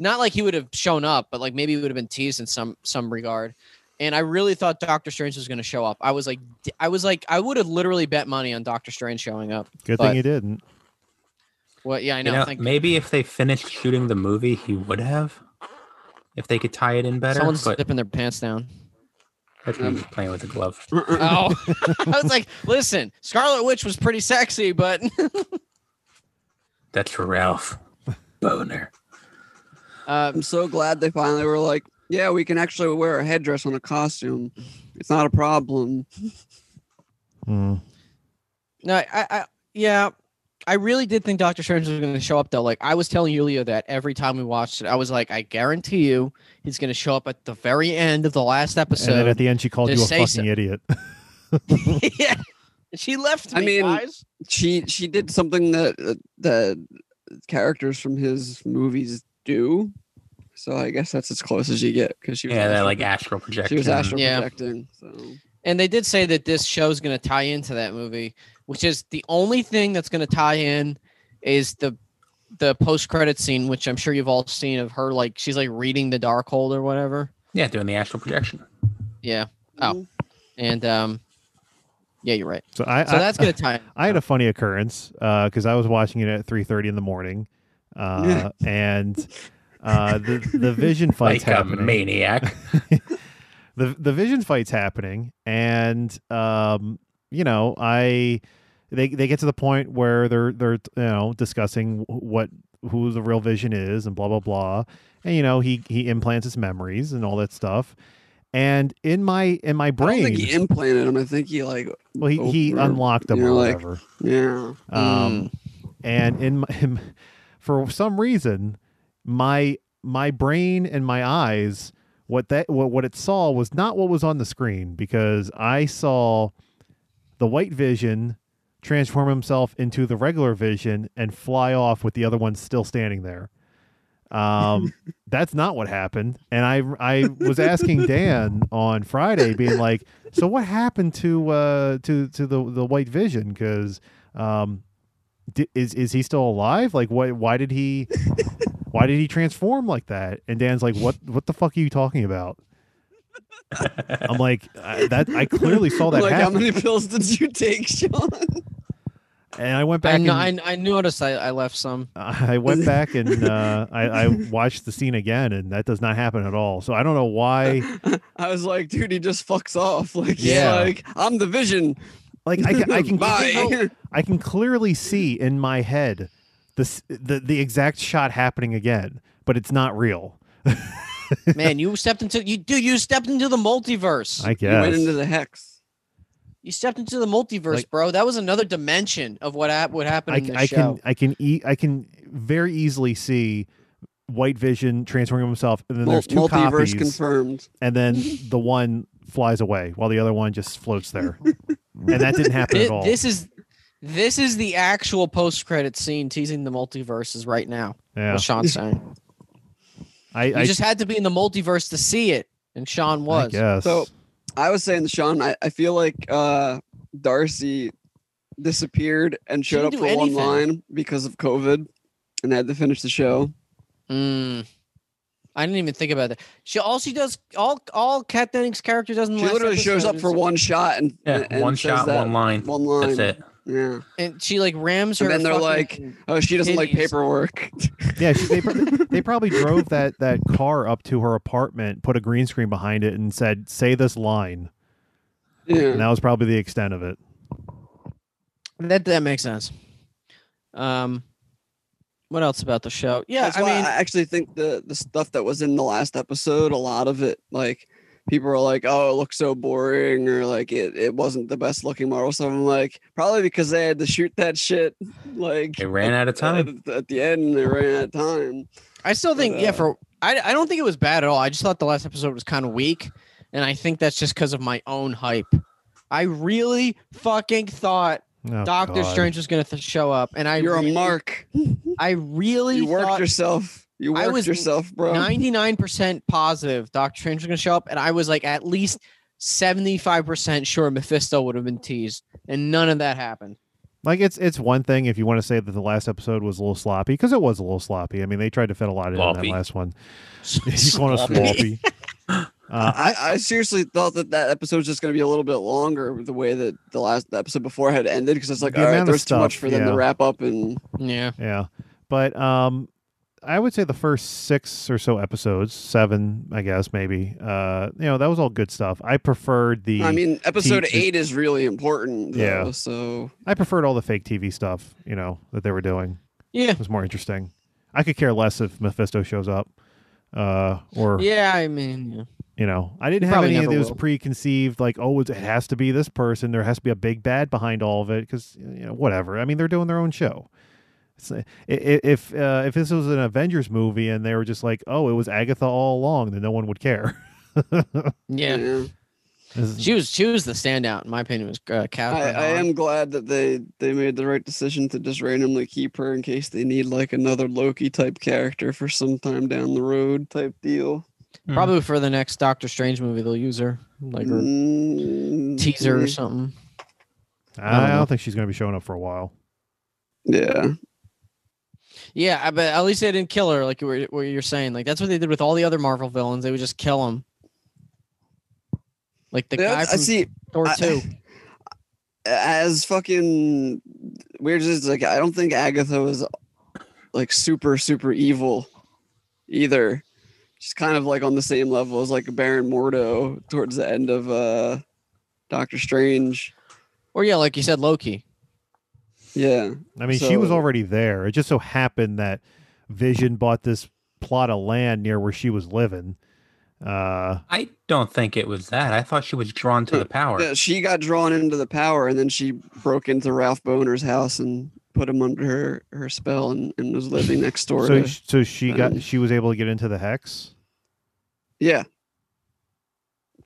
Not like he would have shown up, but like maybe he would have been teased in some some regard. And I really thought Doctor Strange was going to show up. I was like, d- I was like, I would have literally bet money on Doctor Strange showing up.
Good
But-
thing you didn't.
Well, yeah, I
You
know.
know,
thank
maybe if they finished shooting the movie, he would have. If they could tie it in better,
someone's
but
dipping their pants down.
that's me playing with a glove.
Oh, I was like, listen, Scarlet Witch was pretty sexy, but
That's for Ralph. Boner.
uh,
I'm so glad they finally were like, yeah, we can actually wear a headdress on a costume. It's not a problem.
Mm.
no, I, I, yeah, I really did think Doctor Strange was going to show up though. Like I was telling Yulia that every time we watched it, I was like, I guarantee you, he's going to show up at the very end of the last
And then at
episode.
the end, she called you a
just say
fucking
so.
idiot.
yeah, she left me,
I mean-
guys.
She she did something that uh, the characters from his movies do. So I guess that's as close as you get because she was
Yeah, that
astral-
like astral projection.
she was astral
Yeah.
projecting. So
And they did say that this show's going to tie into that movie, which is the only thing that's going to tie in is the the post credit scene, which I'm sure you've all seen of her like she's like reading the dark hold or whatever.
Yeah, doing the astral projection.
Yeah.
Mm.
Oh. And um yeah, you're right.
So I,
So that's
I,
gonna tie.
I had a funny occurrence because I was watching it at 3:30 in the morning, uh, and uh, the the Vision
Like
fight's
a
happening.
maniac.
the the Vision fight's happening, and um, you know, I they they get to the point where they're they're you know discussing wh- what who the real Vision is and blah blah blah, and you know he he implants his memories and all that stuff, and in my in my
I
brain,
don't think he implanted him. I think he like
well he he
Oh,
unlocked them
you're
or
like-
whatever.
yeah.
Um, and in my, for some reason, my my brain and my eyes, what that what, what it saw was not what was on the screen because I saw the white vision transform himself into the regular vision and fly off with the other one still standing there. Um, that's not what happened. And I I was asking Dan on Friday, being like, so what happened to uh to to the the white vision? Because um, di- is is he still alive? Like, what? Why did he? why did he transform like that? And Dan's like, what? What the fuck are you talking about? I'm like, I, that I clearly saw that
like how
happen,
many pills did you take, Sean?
and I went
I,
back.
kn-
and,
I, I noticed I, I left some.
I went back and uh, I, I watched the scene again, and that does not happen at all. So I don't know why.
I was like, dude, he just fucks off. Like,
Yeah.
yeah, like I'm the vision.
Like I can, I can
Bye.
I can clearly see in my head this the the exact shot happening again, but it's not real.
Man, you stepped into you dude, you stepped into the multiverse.
I
You
guess.
went into the hex.
you stepped into the multiverse,
Like-
bro. That was another dimension of what hap- what happened
I,
in the
I
show.
can I can e- I can very easily see White Vision transforming himself, and then
Mul-
there's two
multiverse
copies,
confirmed.
and then the one flies away while the other one just floats there, and that didn't happen
Thi-
at all.
this is this is the actual post credit scene teasing the multiverses right now.
yeah,
What Sean's saying.
I,
You
I,
just had to be in the multiverse to see it, and Sean
I
was.
guess.
So- I was saying to Sean, I, I feel like uh Darcy disappeared and
She
showed up
didn't
for
do
one
anything.
line because of COVID and had to finish the show.
Mm. I didn't even think about that. She all she does all all Kat Dennings' character does in the
She
last
literally shows
episode
up for
is-
one shot and,
Yeah,
and
one
says
shot,
that
one line.
One line.
That's it.
Yeah.
and she like rams her.
And then they're like,
fucking-
Oh, she doesn't like
Titties.
paperwork.
yeah, she, they, pr- they probably drove that that car up to her apartment, put a green screen behind it, and said, "Say this line," and
yeah.
that was probably the extent of it.
that that makes sense. Um, What else about the show? Yeah,
That's
I
why
mean,
I actually think the the stuff that was in the last episode, a lot of it, like people are like, "Oh, it looks so boring," or like it it wasn't the best looking model. So I'm like, probably because they had to shoot that shit like
It ran out of time.
at, at the end. They ran out of time.
I still think,
But,
yeah,
uh,
for I, I don't think it was bad at all. I just thought the last episode was kind of weak, and I think that's just because of my own hype. I really fucking thought
Oh,
Doctor
God.
Strange was gonna th- show up, and I
You're a
re-
mark.
I really
You worked
thought
yourself. You
I
worked
was
yourself, bro.
ninety nine percent positive Doctor Strange was gonna show up, and I was like at least seventy five percent sure Mephisto would have been teased, and none of that happened.
Like it's it's one thing if you want to say that the last episode was a little sloppy because it was a little sloppy. I mean, they tried to fit a lot in that
Sloppy.
last one. you calling us sloppy? Uh,
I, I seriously thought that that episode was just going to be a little bit longer the way that the last episode before had ended because it's like,
The
all
amount
right,
of
there's too much
stuff,
for them
yeah.
to wrap up and
yeah,
yeah, but um, I would say the first six or so episodes, seven, I guess maybe. Uh, you know, that was all good stuff. I preferred the.
I mean, episode
the-
eight is really important. Though,
Yeah.
So
I preferred all the fake TV stuff. You know that they were doing.
yeah,
It was more interesting. I could care less if Mephisto shows up. Uh, or
yeah. I mean, yeah.
you know, I didn't
He
have
probably
any of
never
those
will.
preconceived like, oh, it's- it has to be this person. There has to be a big bad behind all of it because you know whatever. I mean, they're doing their own show. It's, uh, i- i- if uh, if this was an Avengers movie and they were just like, oh, it was Agatha all along, then no one would care.
yeah.
This is-
She was she was the standout in my opinion. Was uh,
I,
Catherine?
I
Hahn.
am glad that they they made the right decision to just randomly keep her in case they need like another Loki type character for some time down the road type deal.
Mhm.
Probably for the next Doctor Strange movie, they'll use her like her
Mm,
teaser or something.
I
don't know.
don't think she's going to be showing up for a while.
Yeah.
Yeah, I- but at least they didn't kill her, like you were- what you're saying. Like that's what they did with all the other Marvel villains. They would just kill them. Like the
Yeah,
guy
I
from
see.
Thor
I-
two.
As fucking weird as it is, like I don't think Agatha was like super super evil either. She's kind of like on the same level as like Baron Mordo towards the end of uh Doctor Strange.
Or yeah, like you said, Loki.
Yeah.
I mean, she was
So-
already there. It just so happened that Vision bought this plot of land near where she was living. Uh,
I don't think it was that. I thought she was drawn to the power.
Yeah, she got drawn into the power, and then she broke into Ralph Boner's house and put him under her, her spell, and, and was living next door.
so,
to,
so she got
Uh,
um,
she was able to get into the hex.
yeah,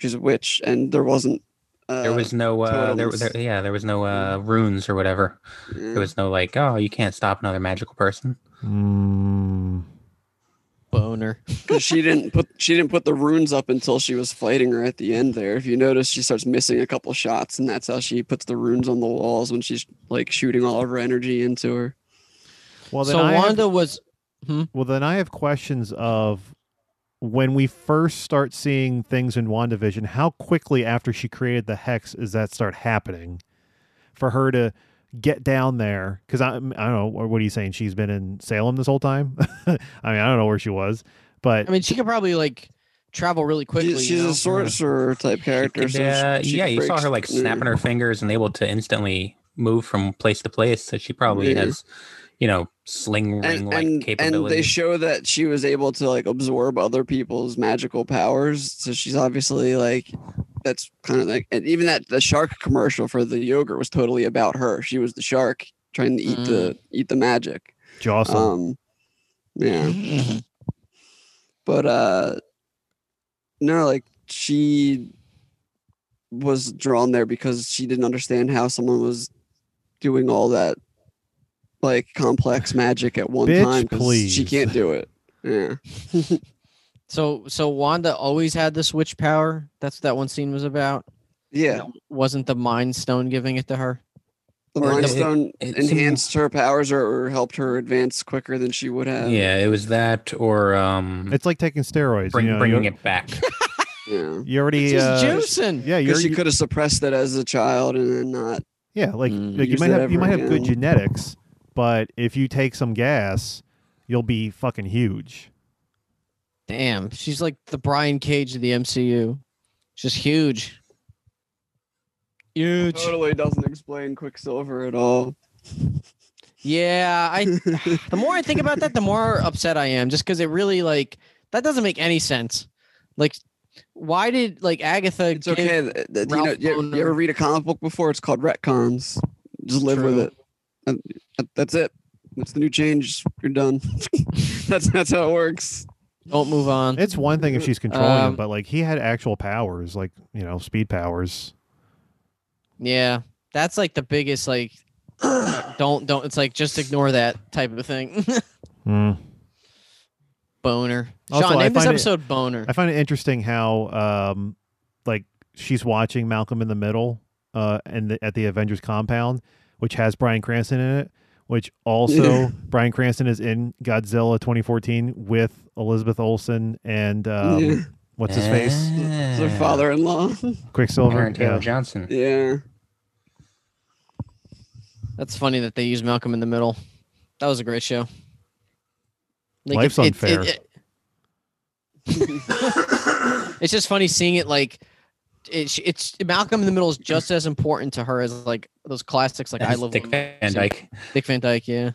she's a witch, and there wasn't. Uh,
There was no, uh, there,
totems.
there, yeah, there was no uh, runes or whatever.
yeah.
There was no like, oh, you can't stop another magical person. Hmm.
Mm.
Boner.
'cause she didn't put she didn't put the runes up until she was fighting her at the end. There, if you notice, she starts missing a couple shots, and that's how she puts the runes on the walls when she's like shooting all of her energy into her.
Well, then
so
I have-
Wanda was
Well, then I have questions of when we first start seeing things in WandaVision, how quickly after she created the hex is that start happening for her to get down there? Because I, I don't know. What are you saying? She's been in Salem this whole time? I mean, I don't know where she was, but
I mean, she could probably like travel really quickly.
she's
you know?
a sorcerer type character.
Could,
so
uh,
she
yeah, you saw
breaks-
her like
yeah.
snapping her fingers and able to instantly move from place to place. So she probably
Yeah.
has, you know, sling ring
and,
like
and, and
capability.
they show that she was able to like absorb other people's magical powers so she's obviously like that's kind of like and even that the shark commercial for the yogurt was totally about her she was the shark trying to eat
Mm.
the eat the magic
Jocelyn.
um yeah but uh no like she was drawn there because she didn't understand how someone was doing all that like complex magic at one
Bitch,
time 'cause she
please.
can't do it yeah
So so Wanda always had this witch power. That's what that one scene was about.
yeah
Wasn't the Mind Stone giving it to her?
the
Or
mind
it-
stone
it seemed-
enhanced her powers or, or helped her advance quicker than she would have
yeah, it was that or um,
it's like taking steroids.
bring,
you know,
bringing
you,
it back.
yeah
you already.
She's
uh,
juicing.
yeah, you're,
because she could have suppressed that as a child and then not
Yeah, like,
Mm.
like you
Use
might
that
have you
ever
might have good
again.
genetics, but if you take some gas, you'll be fucking huge.
Damn, she's like the Brian Cage of the MCU. She's huge. Huge.
totally doesn't explain quicksilver at all
Yeah, I the more I think about that, the more upset I am just cuz it really like that doesn't make any sense. Like why did like Agatha
It's
give-
okay. th- th- uh, you, know,
Ralph
you, you ever
Boner.
read a comic book before? It's called retcons. Just live with
True.
it. And that- That's it. That's the new change. You're done. that's that's how it works.
Don't move on.
It's one thing if she's controlling him,
Um,
but like he had actual powers, like you know, speed powers.
Yeah. That's like the biggest like don't don't it's like just ignore that type of thing.
Mm.
boner.
Also,
Sean,
I
name this
find it-
episode boner.
I find it interesting how, um, like, she's watching Malcolm in the Middle, uh, and the, at the Avengers compound, which has Brian Cranston in it. Which also Brian Cranston is in Godzilla 2014 with Elizabeth Olsen and um,
Yeah.
what's his face,
Eh.
It's their father-in-law.
Quicksilver.
Aaron Taylor
Yeah.
Johnson.
yeah.
That's funny that they use Malcolm in the Middle. That was a great show.
Life's unfair.
it- it's just funny seeing it like it, sh- it's Malcolm in the Middle is just as important to her as like those classics like I
That's
love
Dick
Lucy,
Van Dyke.
Dick Van Dyke, yeah.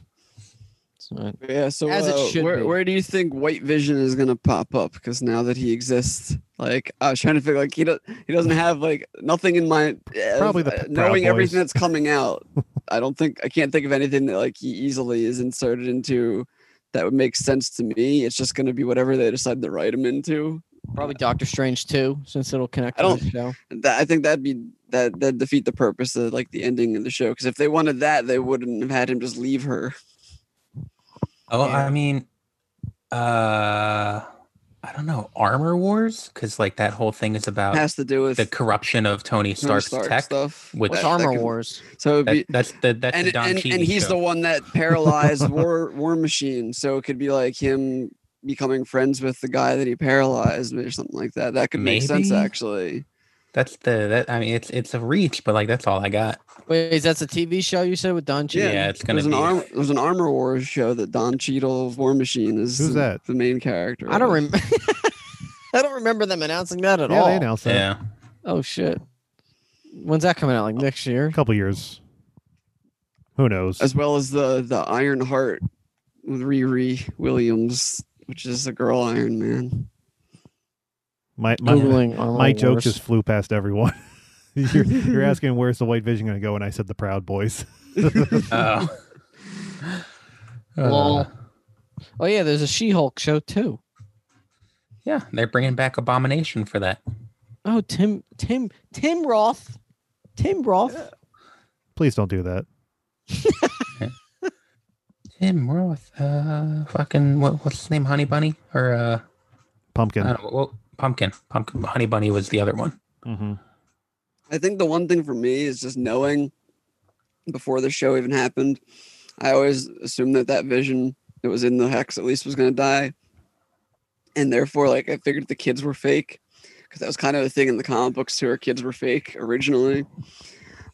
So,
Yeah, so
As it
uh,
should
where,
be.
where do you think White Vision is gonna pop up? Because now that he exists, like I was trying to figure, like he does, he doesn't have like nothing in mind. uh,
Probably the
uh,
Proud
knowing everything
Boys.
that's coming out. I don't think I can't think of anything that like he easily is inserted into that would make sense to me. It's just gonna be whatever they decide to write him into.
probably Doctor Strange too, since it'll connect
I
to
don't-
the show.
That I think that'd be that that defeat the purpose of like the ending of the show. Because if they wanted that, they wouldn't have had him just leave her.
Oh,
Yeah.
I mean, uh, I don't know, Armor Wars, because like that whole thing is about
has to do with
Uh, the corruption of Tony
Tony
Stark's
Stark
tech.
stuff.
with
What's
that-
Armor
could-
Wars?
So it'd be,
That, that's the that's
and
the Don
and,
Cheadle
and he's
show.
the one that paralyzed war war machine so it could be like him becoming friends with the guy that he paralyzed or something like that that could make sense
Maybe?
actually
That's the that I mean it's it's a reach, but like that's all I got.
Wait, is that the TV show you said with Don
Yeah,
Cheadle?
it's gonna
there's an
be.
arm there's an armor wars show that don Cheadle of war machine is
Who's
the-
that?
the main character
I don't
of.
remember. I don't remember them announcing that at
yeah,
all.
they announced that
yeah,
Oh shit. When's that coming out? Like next year?
a couple years. Who knows?
as well as the the iron heart with riri williams which is a girl iron man
My my,
Googling Armor
my joke
Wars.
just flew past everyone. you're, you're asking where's the White Vision going to go, and I said the Proud Boys.
Oh. Uh,
Lol. Oh yeah, there's a She-Hulk show too.
yeah, they're bringing back Abomination for that.
Oh, Tim, Tim, Tim Roth, Tim Roth.
Please don't do that.
Tim Roth, uh, fucking what, what's his name? Honey Bunny or uh,
Pumpkin.
I don't know, well, pumpkin, pumpkin. Honey Bunny was the other one.
hmm
I think the one thing for me is just knowing before the show even happened, I always assumed that that vision that was in the hex at least was going to die. And therefore, like, I figured the kids were fake because that was kind of a thing in the comic books too, where kids were fake originally.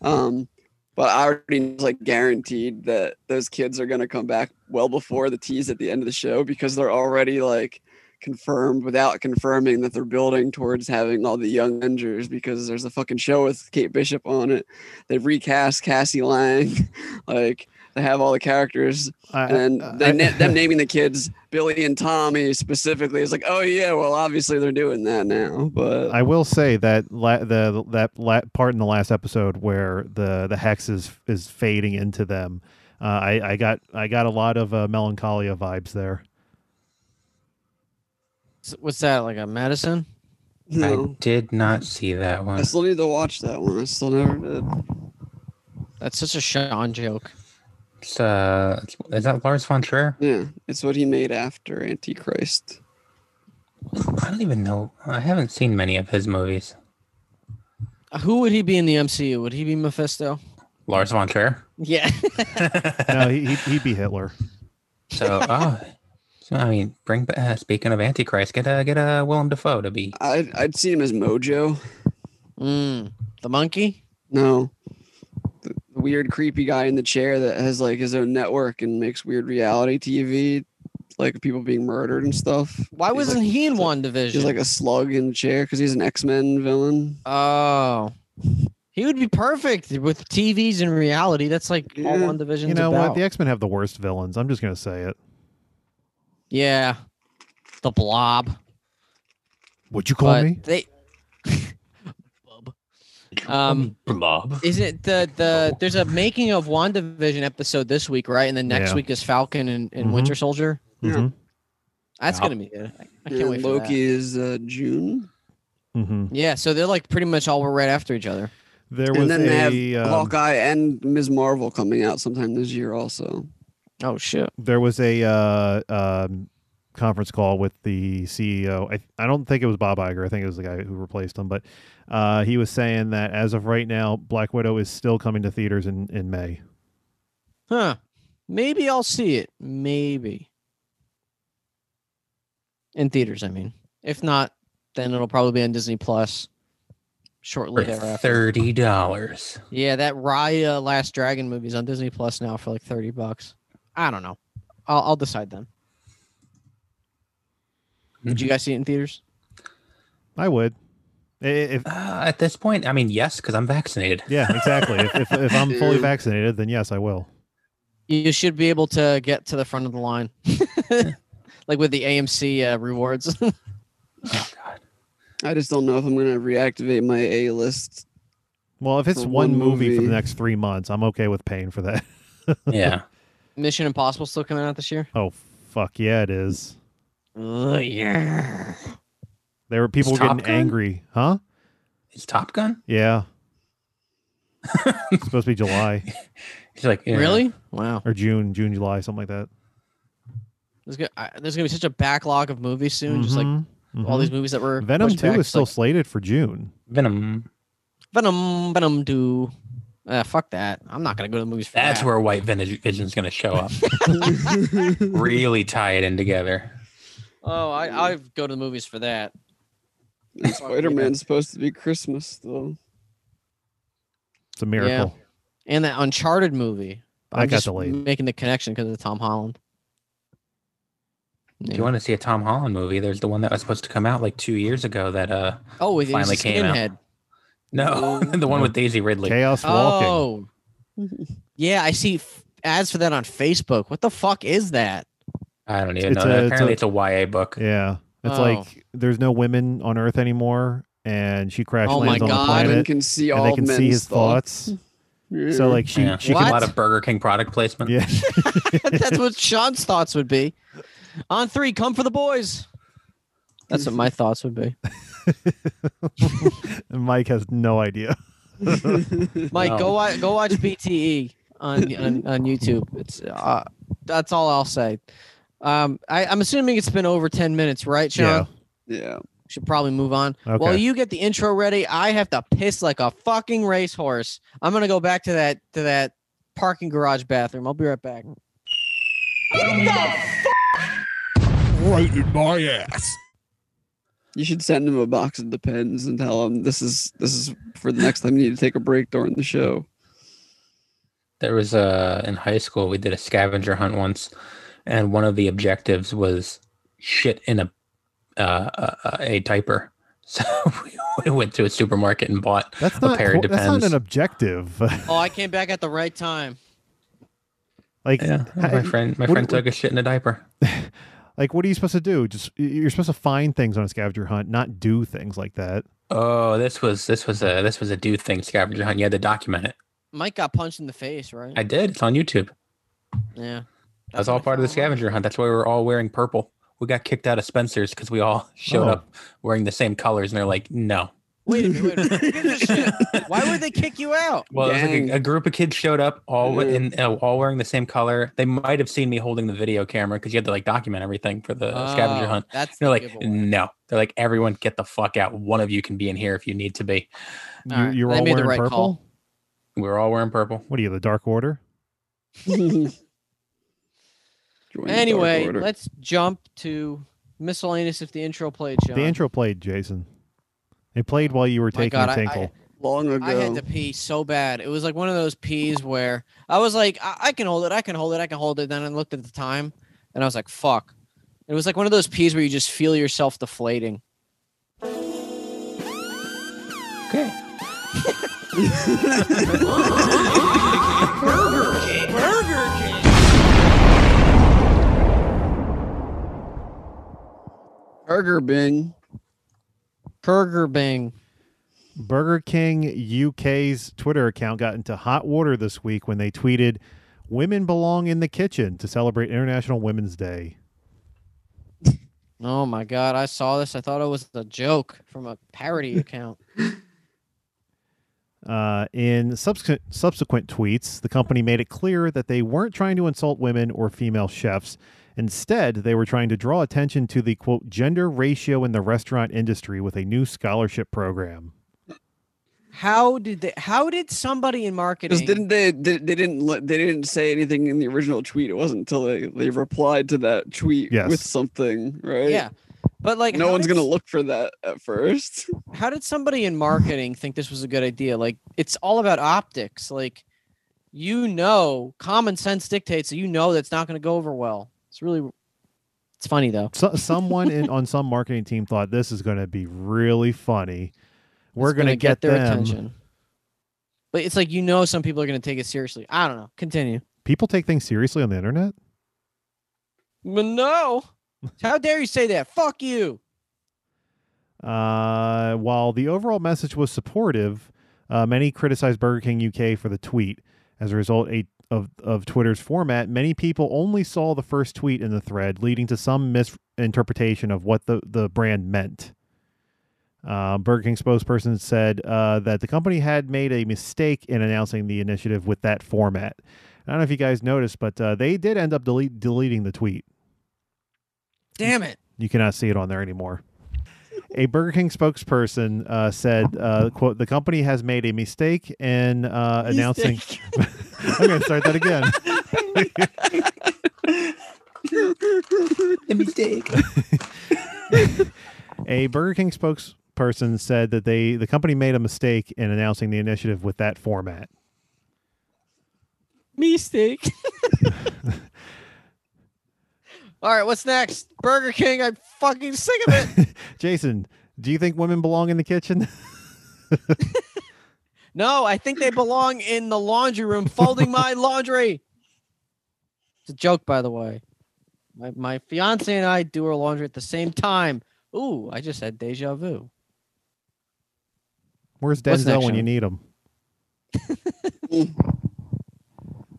Um, but I already knew, like guaranteed that those kids are going to come back well before the tease at the end of the show because they're already like confirmed without confirming that they're building towards having all the young Avengers because there's a fucking show with Kate Bishop on it. They've recast Cassie Lang, like they have all the characters,
I, uh,
and
I-
they, na- them naming the kids Billy and Tommy specifically is like, oh yeah, well obviously they're doing that now, but
I will say that la- the that la- part in the last episode where the the hex is is fading into them, uh, I I got I got a lot of uh, melancholia vibes there.
S- What's that like a Madison?
I
no,
did not see that
I
one.
still need to watch that one. I still never did.
That's such a Sean joke.
It's, uh, it's- is that Lars von Trier?
Yeah, it's what he made after Antichrist.
I don't even know. I haven't seen many of his movies.
Uh, Who would he be in the MCU? Would he be Mephisto?
Lars von Trier.
Yeah,
No, he he he'd be Hitler.
So, oh, so, I mean, bring. ba- Uh, speaking of Antichrist, get a get a Willem Dafoe to be.
I'd I'd see him as Mojo.
mm, the monkey.
No. The the weird, creepy guy in the chair that has like his own network and makes weird reality TV, like people being murdered and stuff.
Why
He's
wasn't
like,
he in one division?
He's like a slug in the chair because he's an X Men villain.
oh, He would be perfect with TVs and reality. That's like all
Yeah.
one division.
You know
about.
what? The X Men have the worst villains. I'm just gonna say it.
yeah, the Blob.
Would you call
but
me?
They. Bub. Um,
Blob.
isn't it the the there's a making of WandaVision episode this week, right? And then next
Yeah.
week is Falcon and, and
Mhm.
Winter Soldier.
Mhm.
That's
Yeah.
gonna be good. I, I can't
And
wait.
Loki
For that.
is uh, June.
Mhm.
Yeah, so they're like pretty much all right after each other.
There was
And then they
a
have
um,
Hawkeye and Ms. Marvel coming out sometime this year also.
Oh shit!
there was a uh, um, conference call with the CEO. I, I don't think it was Bob Iger. I think it was the guy who replaced him. But uh, he was saying that as of right now, Black Widow is still coming to theaters in, in May.
Huh? Maybe I'll see it. Maybe in theaters. I mean, if not, then it'll probably be on Disney Plus
For
shortly thereafter.
thirty dollars.
Yeah, that Raya Last Dragon movie's on Disney Plus now for like thirty bucks. I don't know. I'll, I'll decide then. Did you
Mhm.
guys see it in theaters?
I would. I- If,
Uh, at this point, I mean, yes, because I'm vaccinated.
yeah, exactly. if, if, if I'm fully
Dude.
vaccinated, then yes, I will.
You should be able to get to the front of the line, like with the AMC uh, rewards.
Oh, God.
I just don't know if I'm going to reactivate my A list.
Well, if it's
For
one,
one
movie, for the
movie.
next three months, I'm okay with paying for that.
Yeah.
Mission Impossible still coming out this year.
Oh, fuck yeah, it is.
Oh yeah.
There were people
Top
getting
Gun?
angry, huh?
It's Top Gun.
Yeah. it's supposed to be July
He's like, yeah.
Really? Wow.
or June, June, July, something like that.
There's gonna, I, there's gonna be such a backlog of movies soon. Just like
Mhm,
all
mhm.
these movies that were
Venom
pushed
2
back,
is
just
still
like,
slated for June.
Venom.
Venom. Venom two. Uh, fuck that. I'm not gonna go to the movies for
That's
that.
where White Vintage Vision's going to show up. really tie it in together.
Oh, I I go to the movies for that.
Spider Man's supposed to be Christmas, though.
It's a miracle.
and that Uncharted movie.
That
I'm
got
just
delayed.
making the connection because of Tom Holland.
If
Yeah.
you want to see a Tom Holland movie, there's the one that was supposed to come out like two years ago that, uh,
oh, with
finally came out.
skinhead.
no, the
Oh.
one with Daisy Ridley.
Chaos Walking.
Oh, yeah, I see f- ads for that on Facebook. What the fuck is that?
I don't even
It's
know.
a-
that.
it's
Apparently,
a-
it's a, YA book.
Yeah. It's
Oh.
like there's no women on Earth anymore, and she crash
Oh my
lands on
God.
the
Women
planet,
can see
and
all
they can
men's
see his
thoughts.
thoughts. So like she
yeah.
she
a
can
lot
What?
of Burger King product placement.
yeah.
That's what Sean's thoughts would be. On three, come for the boys. That's what my thoughts would be.
Mike has no idea.
Mike, go
No.
watch, go watch BTE on, on on YouTube. It's uh, that's all I'll say. Um, I, I'm assuming it's been over ten minutes, right, Sean?
Yeah.
yeah.
should probably move on.
Okay.
While you get the intro ready, I have to piss like a fucking racehorse. I'm gonna go back to that to that parking garage bathroom. I'll be right back.
Right in my ass.
You should send him a box of the pens and tell him this is this is for the next time you need to take a break during the show.
There was a in high school we did a scavenger hunt once, and one of the objectives was shit in a uh, a, a typer. So we went to a supermarket and bought
that's
a
not
pair of
co- that's not
Depends.
an objective.
Oh, I came back at the right time.
like
Yeah,
Hey,
my friend, my
what-
friend took a shit in a diaper.
like what are you supposed to do? Just you're supposed to find things on a scavenger hunt, not do things like that.
Oh, this was this was a this was a dude thing scavenger hunt. You had to document it.
Mike got punched in the face, right?
I did. It's on YouTube.
yeah.
That was all part of the scavenger hunt. That's why we were all wearing purple. We got kicked out of Spencer's because we all showed
Oh.
up wearing the same colors, and they're like, "No."
Wait a minute. Wait a minute. Look at this shit. Why would they kick you out?
Well, it was like
Dang.
a, a group of kids showed up all wi-
Yeah.
in uh, all wearing the same color. They might have seen me holding the video camera because you had to like document everything for the scavenger
Oh,
hunt.
That's
They're
the
like,
giveaway.
"No." They're like, "Everyone, get the fuck out. One of you can be in here if you need to be."
You,
All right,
You're
they
all
made the
wearing
right
purple.
call.
We were all wearing purple.
What are you, the Dark Order?
Join the Dark
Anyway,
Order.
let's jump to miscellaneous if the intro played, Sean.
The intro played, Jason. It played while you were
My
taking
God,
a
I-
tinkle.
I-
long ago.
I had to pee so bad. It was like one of those pees where I was like, I, I can hold it, I can hold it, I can hold it. Then I looked at the time and I was like, fuck. It was like one of those pees where you just feel yourself deflating.
Okay.
Burger Bing.
Burger Bing.
Burger King UK's Twitter account got into hot water this week when they tweeted, "Women belong in the kitchen" to celebrate International Women's Day.
Oh my god, I saw this. I thought it was a joke from a parody account.
Uh, in subsequent subsequent tweets, the company made it clear that they weren't trying to insult women or female chefs. Instead, they were trying to draw attention to the quote gender ratio in the restaurant industry with a new scholarship program.
How did they how did somebody in marketing
Because didn't they, they? They didn't. li- They didn't say anything in the original tweet. It wasn't until they, they replied to that tweet
Yes.
with something, right?
Yeah. But like
no
how
one's
did
gonna look for that at first.
how did somebody in marketing think this was a good idea? Like it's all about optics. Like you know, common sense dictates that you know that's not going to go over well. It's really it's funny though.
So, someone in, on some marketing team thought this is going to be really funny. We're
It's
going to
gonna
get,
their
them.
attention. But it's like you know some people are going to take it seriously. I don't know. Continue.
People take things seriously on the internet.
But no. How dare you say that? Fuck you.
Uh, while the overall message was supportive, uh, many criticized Burger King UK for the tweet. As a result a, of, of Twitter's format, many people only saw the first tweet in the thread, leading to some misinterpretation of what the, the brand meant. Uh, Burger King spokesperson said uh, that the company had made a mistake in announcing the initiative with that format. I don't know if you guys noticed, but uh, they did end up delete- deleting the tweet.
Damn it.
You cannot see it on there anymore. A Burger King spokesperson uh, said, uh, "quote The company has made a mistake in uh, announcing." I'm going to start that again.
A mistake.
A Burger King spokesperson said that they the company made a mistake in announcing the initiative with that format.
Mistake. All right, what's next? Burger King. I'm fucking sick of it.
Jason, do you think women belong in the kitchen?
No, I think they belong in the laundry room folding my laundry. It's a joke, by the way. My my fiance and I do our laundry at the same time. Ooh, I just had deja vu.
Where's
What's
Denzel
next,
when you
Sean?
need him?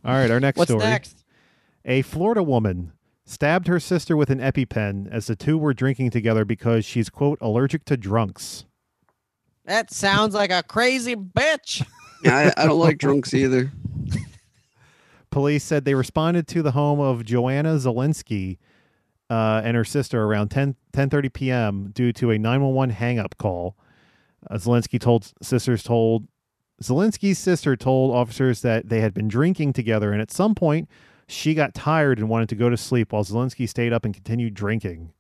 All right, our next
What's
story.
next?
A Florida woman stabbed her sister with an EpiPen as the two were drinking together because she's, quote, allergic to drunks.
That sounds like a crazy bitch.
I, I don't like drunks either.
Police said they responded to the home of Joanna Zelensky uh, and her sister around 10 10:30 p.m. due to a 911 hang-up call. Uh, Zelensky told sisters told Zelensky's sister told officers that they had been drinking together and at some point she got tired and wanted to go to sleep while Zelensky stayed up and continued drinking.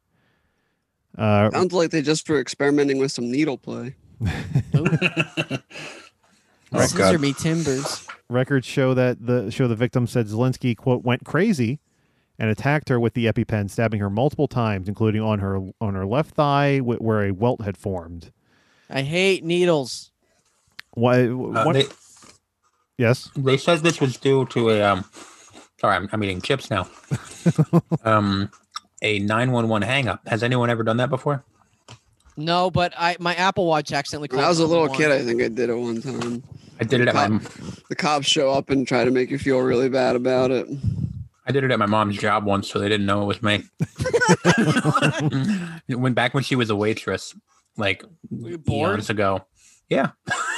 Uh,
Sounds like they just were experimenting with some needle play.
Oh,
Scissor
God.
me timbers.
records show that the show the victim said Zelensky quote went crazy and attacked her with the EpiPen, stabbing her multiple times, including on her on her left thigh wh- where a welt had formed.
I hate needles.
Why?
Uh,
what-
they,
yes,
they said this was due to a um sorry i'm, I'm eating chips now um a 911 hang up has anyone ever done that before
No, but I my Apple Watch accidentally.
When I
called
was a little
911.
kid, I think I did it one time.
i did it at my
The cops show up and try to make you feel really bad about it.
i did it at my mom's job once so they didn't know it was me when back when she was a waitress like
you bored?
eons ago yeah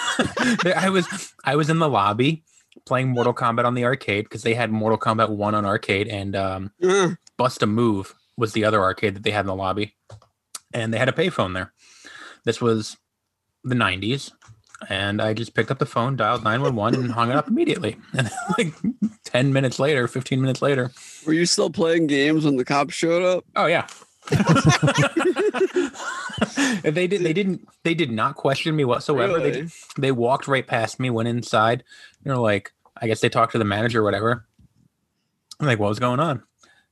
There- i was i was in the lobby playing mortal kombat on the arcade because they had mortal kombat 1 on arcade and um
Uh,
Bust a Move was the other arcade that they had in the lobby, and they had a payphone there. This was the '90s, and I just picked up the phone, dialed 911, and hung it up immediately. And like 10 minutes later, 15 minutes later,
were you still playing games when the cops showed up?
oh yeah. they did. They didn't. They did not question me whatsoever. They,
Really?
they walked right past me, went inside. They're like, I guess they talked to the manager or whatever. I'm like, what was going on?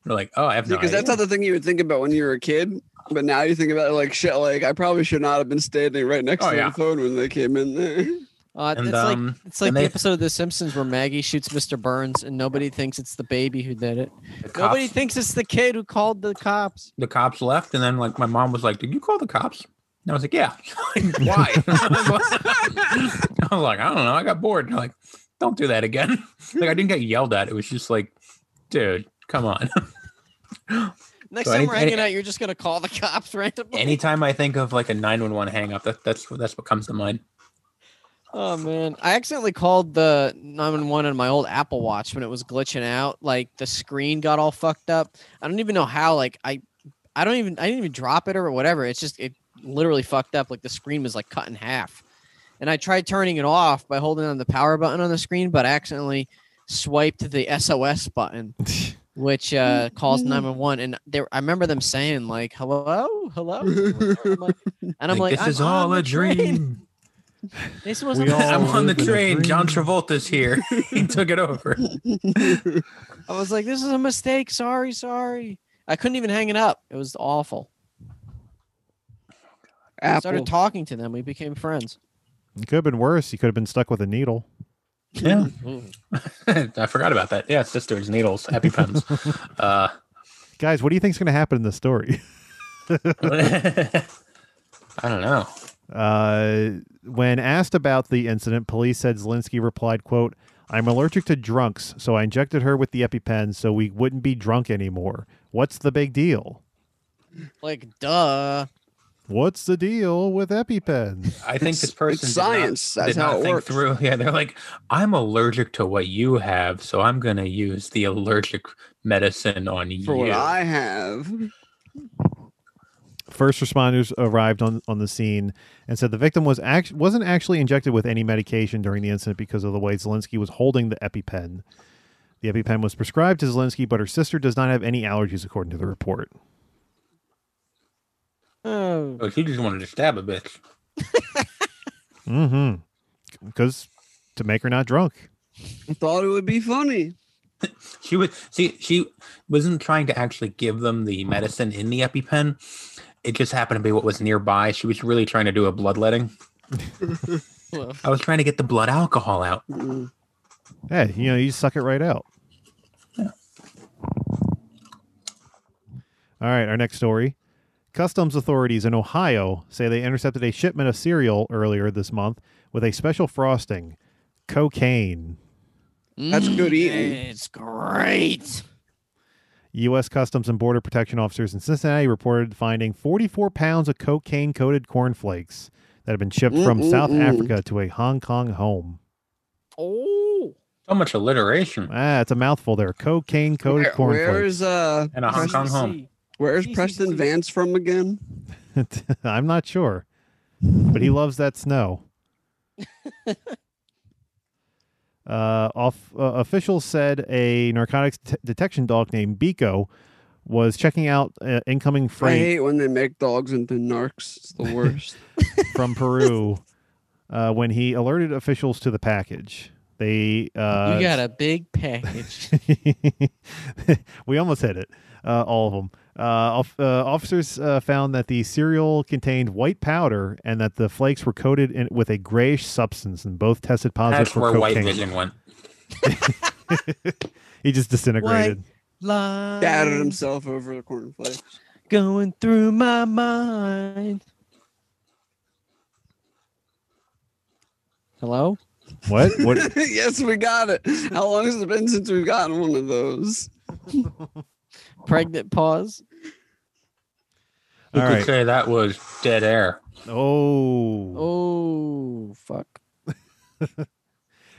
They're like, oh, I have no
Because
idea.
that's not the thing you would think about when you were a kid. But now you think about it like shit. Like I probably should not have been standing right next
Oh,
to
yeah.
the phone when they came in there.
Uh,
And
it's like
um,
it's like
and
the
they-
episode of The Simpsons where Maggie shoots Mr. Burns and nobody thinks it's the baby who did it.
the
Nobody
cops-
thinks it's the kid who called the cops.
the cops left, and then like my mom was like, "Did you call the cops?" And I was like, "Yeah." Like, Why? I was like, "I don't know. I got bored." And they're like, "Don't do that again." Like I didn't get yelled at. It was just like, "Dude, come on."
Next
So
time
any-
we're
any-
hanging out, you're just gonna call the cops randomly.
Anytime I think of like a nine one one hang up, that, that's that's what comes to mind.
Oh man, I accidentally called the 911 on my old Apple Watch when it was glitching out. Like the screen got all fucked up. I don't even know how. Like I, I don't even I didn't even drop it or whatever. It's just it literally fucked up. Like the screen was like cut in half. And I tried turning it off by holding on the power button on the screen, but I accidentally swiped the SOS button, which uh, calls 911. And there, I remember them saying like, "Hello, hello," I'm like- and I'm like,
this
"I'm
is all
on
a
the train."
dream.
This
We
was
all
I'm on the
live in a
train. John
dream.
Travolta's here. he took it over.
I was like, this is a mistake. Sorry, sorry. I couldn't even hang it up. It was awful. I
Apple.
started talking to them. We became friends.
It could have been worse. You could have been stuck with a needle.
Yeah.
Ooh.
I forgot about that. Yeah, sisters, needles, happy pens. Uh,
Guys, what do you think's going to happen in this story?
I don't know.
Uh, when asked about the incident, police said Zelinsky replied, quote, I'm allergic to drunks, so I injected her with the EpiPen so we wouldn't be drunk anymore. What's the big deal?
Like, duh.
What's the deal with EpiPens?
I think
It's-
this person
it's
did not-
science. That's
did not
how it
think
works.
through. Yeah, they're like, I'm allergic to what you have, so I'm gonna use the allergic medicine on
For
you.
what I have,
First responders arrived on, on the scene and said the victim was act- wasn't actually injected with any medication during the incident because of the way Zelinsky was holding the EpiPen. The EpiPen was prescribed to Zelinsky, but her sister does not have any allergies, according to the report.
Oh.
oh, she just wanted to stab a bitch.
Mm-hmm. Because to make her not drunk.
I thought it would be funny.
She was see, she wasn't trying to actually give them the medicine in the EpiPen. It just happened to be what was nearby. She was really trying to do a bloodletting.
Well,
I was trying to get the blood alcohol out.
Mm.
Hey, you know, you suck it right out. All right, our next story. Customs authorities in Ohio say they intercepted a shipment of cereal earlier this month with a special frosting cocaine.
That's good eating.
Mm, It's great.
U.S. Customs and Border Protection officers in Cincinnati reported finding 44 pounds of cocaine coated cornflakes that had been shipped from South
Mm-mm-mm.
Africa to a Hong Kong home.
Oh.
So much alliteration
Ah, it's a mouthful there. Cocaine coated
Where- where
cornflakes.
is uh,
and a Hong
Preston
Kong home.
where's
GCC?
Preston Vance from again?
I'm not sure, but he loves that snow. uh, off, uh, officials said a narcotics det- detection dog named Biko was checking out uh, incoming
I
freight
hate when they make dogs into narcs. It's the worst.
from Peru uh, when he alerted officials to the package. They uh,
you got a big package.
we almost hit it. Uh, all of them. Uh, off, uh, officers uh, found that the cereal contained white powder and that the flakes were coated in, with a grayish substance, and both tested positive
That's
for
where white
cocaine.
vision went.
He just disintegrated.
Battered
Lines
himself over the cornflakes.
going through my mind. Hello?
What? What?
yes, we got it. How long has it been since we've gotten one of those?
Pregnant pause.
You
All
could
right.
say that was dead air.
Oh.
Oh, fuck.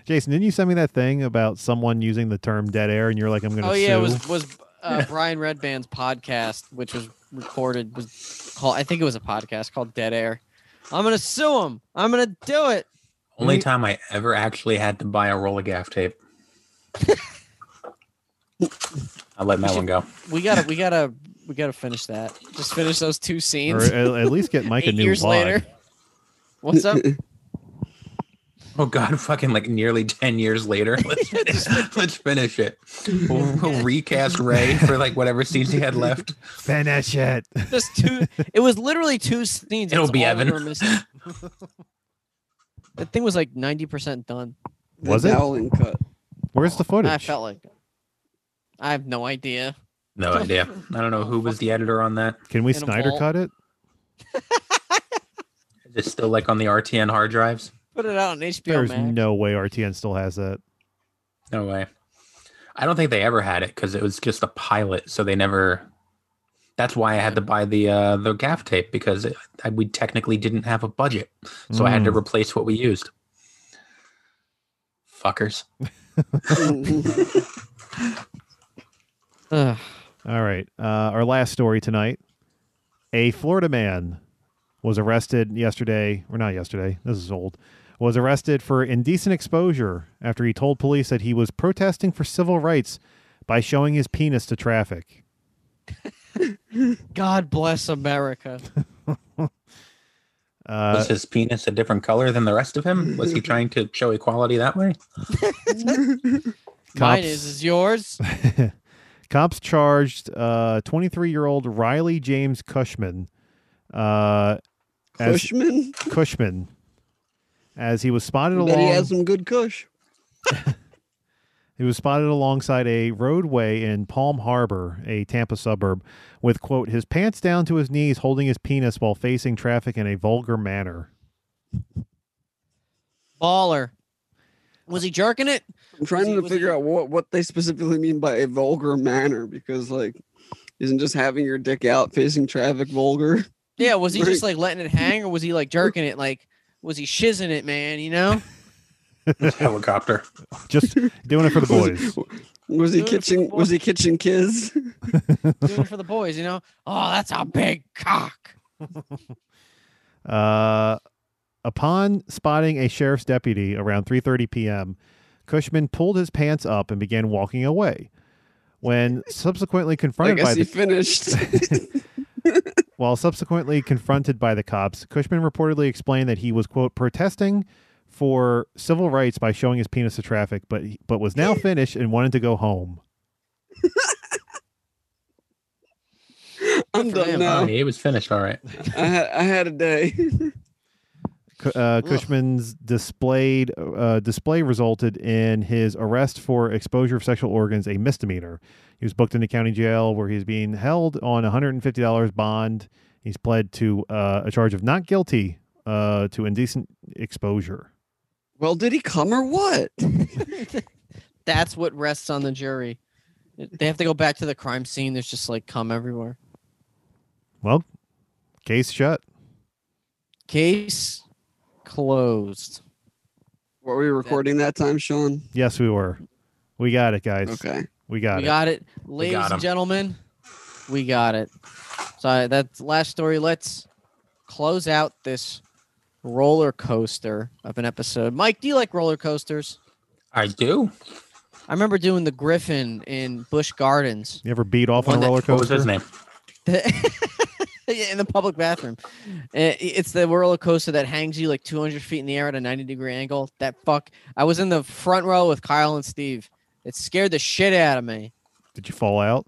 Jason, didn't you send me that thing about someone using the term dead air, and you're like, I'm going to
Oh
sue.
yeah, it was was uh, Brian Redband's podcast, which was recorded was called. I think it was a podcast called Dead Air. I'm gonna sue him. I'm gonna do it.
Only
Wait.
time I ever actually had to buy a roll of gaff tape. I let that one go.
We gotta, we gotta, we gotta finish that. Just finish those two
or
scenes.
at, at least get Mike a
Eight
new
years
wad.
later. What's up?
Oh God, fucking like nearly ten years later. Let's finish, let's finish it. We'll, we'll recast Ray for like whatever scenes he had left.
Finish it.
Just two. It was literally two scenes.
It'll
That's
be
all we
Evan.
were missing. That thing was like ninety percent done.
The
Was it?
Dowling cut.
Where's the footage?
I felt like I have no idea.
No idea. I don't know who was the editor on that.
Can we
in a
Snyder
vault.
cut it?
Is it still like on the RTN hard drives?
Put it out on HBO
There's
Max.
no way RTN still has that.
No way. I don't think they ever had it because it was just a pilot, so they never. That's why I had to buy the uh, the gaff tape because it, I, we technically didn't have a budget, so I had to
Mm.
replace what we used. Fuckers.
Ugh.
All right. Uh, our last story tonight. A Florida man was arrested yesterday, or not yesterday, this is old, was arrested for indecent exposure after he told police that he was protesting for civil rights by showing his penis to traffic.
God bless America.
Uh,
Was his penis a different color than the rest of him? Was he trying to show equality that way?
Mine
Cops.
is. Is yours?
Cops charged 23 year old Riley James Cushman uh, as
Cushman.
Cushman as he was spotted
Bet
along.
he has some good Cush.
He was spotted alongside a roadway in Palm Harbor, a Tampa suburb, with quote his pants down to his knees, holding his penis while facing traffic in a vulgar manner.
Baller. Was he jerking it?
I'm trying
he-
to
was
figure
he-
out what what they specifically mean by a vulgar manner because like isn't just having your dick out facing traffic vulgar?
Yeah, was he just
Right.
like letting it hang or was he like jerking it? Like, was he shizzing it, man? You know?
Helicopter.
Just doing it for the boys.
Was- Was he
Doing it for the
kitchen? Was he kitchen kids?
Doing it for the boys, you know? Oh, that's a big cock.
Uh, upon spotting a sheriff's deputy around 3:30 p.m., Cushman pulled his pants up and began walking away. When subsequently
I
confronted by
guess he
the
finished.
While subsequently confronted by the cops, Cushman reportedly explained that he was quote protesting for civil rights by showing his penis to traffic, but but was now finished and wanted to go home.
I'm
Good for him.
done
Oh,
now.
yeah, he was finished. All right.
I had I had a day.
Cu- Uh, Cushman's displayed uh, display resulted in his arrest for exposure of sexual organs, a misdemeanor. He was booked into county jail where he's being held on $150 bond. He's pled to uh, a charge of not guilty uh, to indecent exposure.
Well, did he come or what?
That's what rests on the jury. They have to go back to the crime scene. There's just like cum everywhere.
Well, case shut.
Case closed.
Were we recording that time, Sean?
Yes, we were. We got it, guys.
Okay.
We got
we
it.
got it. Ladies
got 'em.
and gentlemen, we got it. So uh, that's the last story. Let's close out this roller coaster of an episode. Mike, do you like roller coasters?
I do.
I remember doing the Griffin in Busch Gardens
you ever beat off
One
on a
that-
roller
What was his
coaster?
name?
in the public bathroom. Eh, It's the roller coaster that hangs you like 200 feet in the air at a 90 degree angle. That fuck. I was in the front row with Kyle and Steve. It scared the shit out of me.
Did you fall out?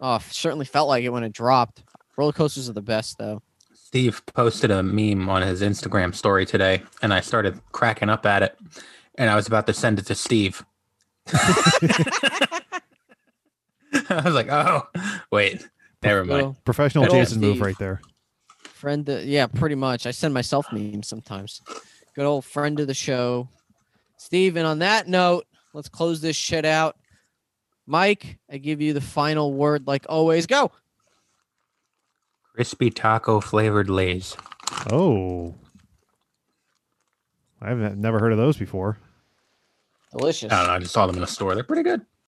Oh, f- certainly felt like it when it dropped. Roller coasters are the best though.
Steve posted a meme on his Instagram story today, and I started cracking up at it. And I was about to send it to Steve. I was like, oh, wait, never mind.
Well,
Professional
Good old
Jason move
Steve.
right there.
friend, to- yeah, pretty much. I send myself memes sometimes. Good old friend of the show, Steve. And on that note, let's close this shit out. Mike, I give you the final word, like always. Go.
Crispy taco flavored Lays.
Oh. I've never heard of those before.
Delicious.
I don't know. I just saw them in the store. They're pretty good.